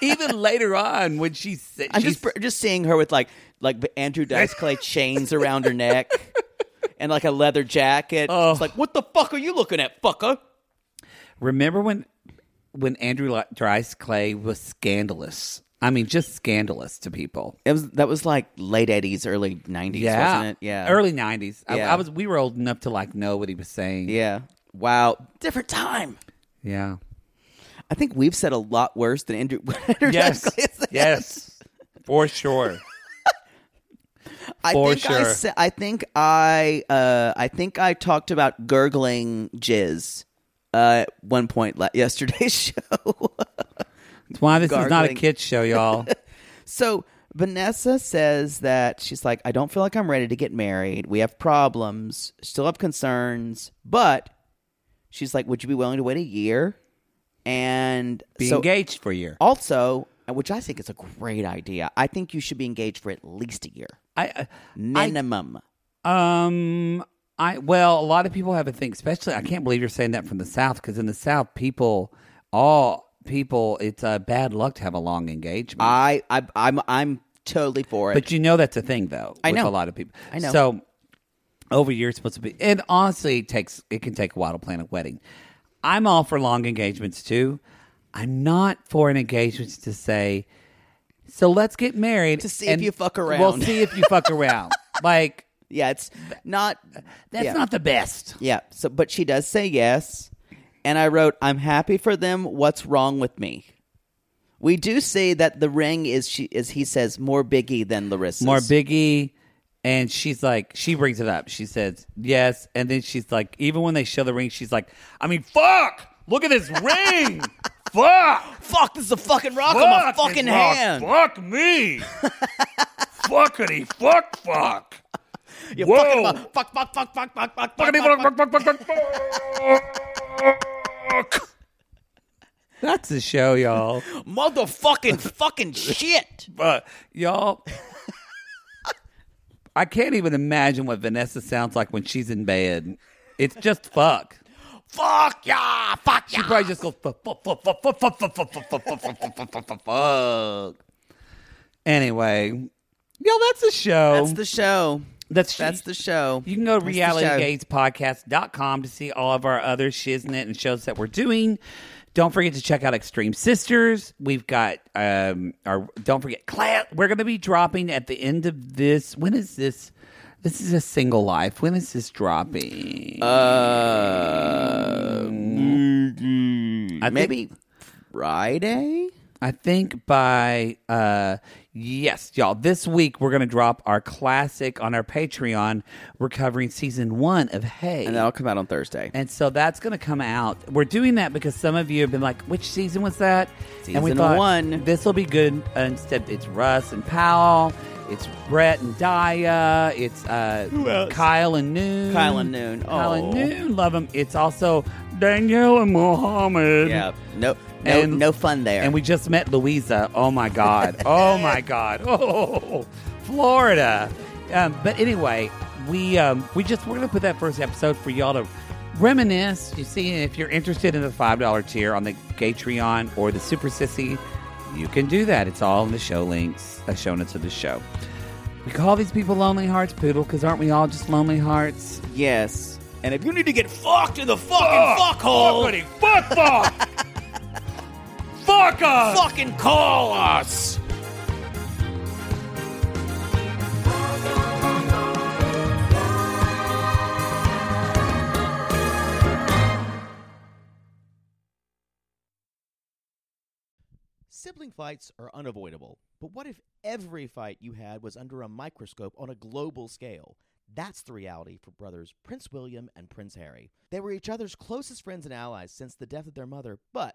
Speaker 3: Even later on, when she said,
Speaker 4: I'm just just seeing her with like like the Andrew Dice Clay chains around her neck and like a leather jacket. It's like, what the fuck are you looking at, fucker?
Speaker 3: Remember when when Andrew Li- Dice Clay was scandalous? I mean, just scandalous to people.
Speaker 4: It was that was like late eighties, early nineties, wasn't it? Yeah,
Speaker 3: early nineties. I,
Speaker 4: Yeah.
Speaker 3: I was. We were old enough to like know what he was saying.
Speaker 4: Yeah. Wow. Different time.
Speaker 3: yeah,
Speaker 4: I think we've said a lot worse than Andrew. (laughs) Andrew
Speaker 3: (laughs) yes,
Speaker 4: Dice Clay
Speaker 3: (laughs)
Speaker 4: said.
Speaker 3: yes, for sure.
Speaker 4: I
Speaker 3: for
Speaker 4: think I,
Speaker 3: sure.
Speaker 4: sa- I think I uh, I think I talked about gurgling jizz uh, at one point la- yesterday's (laughs) show.
Speaker 3: That's why this is not a
Speaker 4: Gargling.
Speaker 3: kids show, (laughs) y'all.
Speaker 4: So Vanessa says that she's like, I don't feel like I'm ready to get married. We have problems, still have concerns, but she's like, Would you be willing to wait a year and
Speaker 3: Be
Speaker 4: so-
Speaker 3: engaged for a year.
Speaker 4: Also, which I think is a great idea. I think you should be engaged for at least a year,
Speaker 3: I
Speaker 4: minimum.
Speaker 3: I- um I well, a lot of people have a thing, especially I can't believe you're saying that from the South because in the South, people all people it's uh, bad luck to have a long engagement.
Speaker 4: I, I, I'm, I'm totally for it.
Speaker 3: But you know that's a thing though.
Speaker 4: I
Speaker 3: with
Speaker 4: know.
Speaker 3: a lot of people.
Speaker 4: I know.
Speaker 3: So over a year it's supposed to be, and honestly, it takes it can take a while to plan a wedding. I'm all for long engagements too. I'm not for an engagement to say, so let's get married
Speaker 4: To see if you fuck
Speaker 3: We'll
Speaker 4: around."
Speaker 3: see if you
Speaker 4: (laughs)
Speaker 3: fuck around. like
Speaker 4: yeah, it's not.
Speaker 3: that's
Speaker 4: Yeah.
Speaker 3: not the best.
Speaker 4: Yeah. So, but she does say yes. And I wrote, I'm happy for them. What's wrong with me? We do say that the ring is, she, as he says, more biggie than Larissa's.
Speaker 3: More Biggie, and she's like, she brings it up. She says yes, and then she's like, even when they show the ring, she's like, I mean, fuck! Look at (laughs) this ring. Fuck!
Speaker 4: Fuck, this is a fucking rock on my
Speaker 3: Fuck
Speaker 4: fucking
Speaker 3: this rock.
Speaker 4: hand.
Speaker 3: Fuck (laughs) me. Fuckity fuck
Speaker 5: (laughs)
Speaker 3: fuck.
Speaker 4: You're
Speaker 3: Whoa.
Speaker 4: fucking my, fuck, fuck, fuck, fuck, fuck, fuck, fuck,
Speaker 3: Fuckity
Speaker 4: fuck, fuck.
Speaker 3: fuck fuck fuck fuck fuck. fuck. That's the show, y'all.
Speaker 4: Motherfucking fucking shit.
Speaker 3: But y'all, I can't even imagine what Vanessa sounds like when she's in bed. It's just fuck.
Speaker 4: Fuck yeah, fuck
Speaker 3: She
Speaker 4: yeah.
Speaker 3: probably just goes fuck fuck fuck fuck fuck fuck fuck fuck fuck fuck fuck fuck fuck fuck fuck fuck fuck. Anyway, y'all, that's the show.
Speaker 4: That's the show.
Speaker 3: That's
Speaker 4: That's the show.
Speaker 3: You can go to
Speaker 4: That's the show.
Speaker 3: realitygatespodcast.com to see all of our other shiznit and shows that we're doing. Don't forget to check out Extreme Sisters. We've got um our don't forget class we're gonna be dropping at the end of this. When is this? This is a single life. When is this dropping? I think-
Speaker 4: Uh, Maybe Friday?
Speaker 3: I think by uh yes, y'all. This week we're gonna drop our classic on our Patreon. We're covering season one of Hey.
Speaker 4: And that'll come out on Thursday.
Speaker 3: And so that's going to come out. We're doing that because some of you have been like, which season was that? and we
Speaker 4: Season
Speaker 3: thought,
Speaker 4: one.
Speaker 3: This will be good. Uh, instead, it's Russ and Powell. It's Brett and Daya. It's uh, Kyle and Noon.
Speaker 4: Kyle and Noon.
Speaker 3: Kyle and
Speaker 4: Oh.
Speaker 3: Noon. Love them. It's also Danielle and Mohammed.
Speaker 4: Yeah. No, no,
Speaker 3: And-
Speaker 4: no fun there.
Speaker 3: And we just met Louisa. Oh my God. oh my God. Oh, Florida. Um, but anyway, we um, we just we're gonna put that first episode for y'all to reminisce. You see, if you're interested in the five dollar tier on the Gatreon or the Super Sissy, you can do that. It's all in the show links, uh, show notes of the show. We call these people lonely hearts, poodle, because aren't we all just lonely hearts?
Speaker 4: yes. And if you need to get fucked,
Speaker 6: Fucked in the fucking fuck, hole.
Speaker 3: fuck fuck. fuck us.
Speaker 6: Fucking call us.
Speaker 7: Sibling fights are unavoidable, but what if every fight you had was under a microscope on a global scale?
Speaker 4: That's the reality for brothers Prince William and Prince Harry. They were each other's closest friends and allies since the death of their mother, but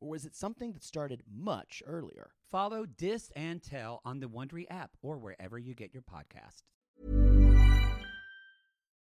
Speaker 4: or was it something that started much earlier?
Speaker 3: Follow Dis and Tell on the Wondery app or wherever you get your podcast.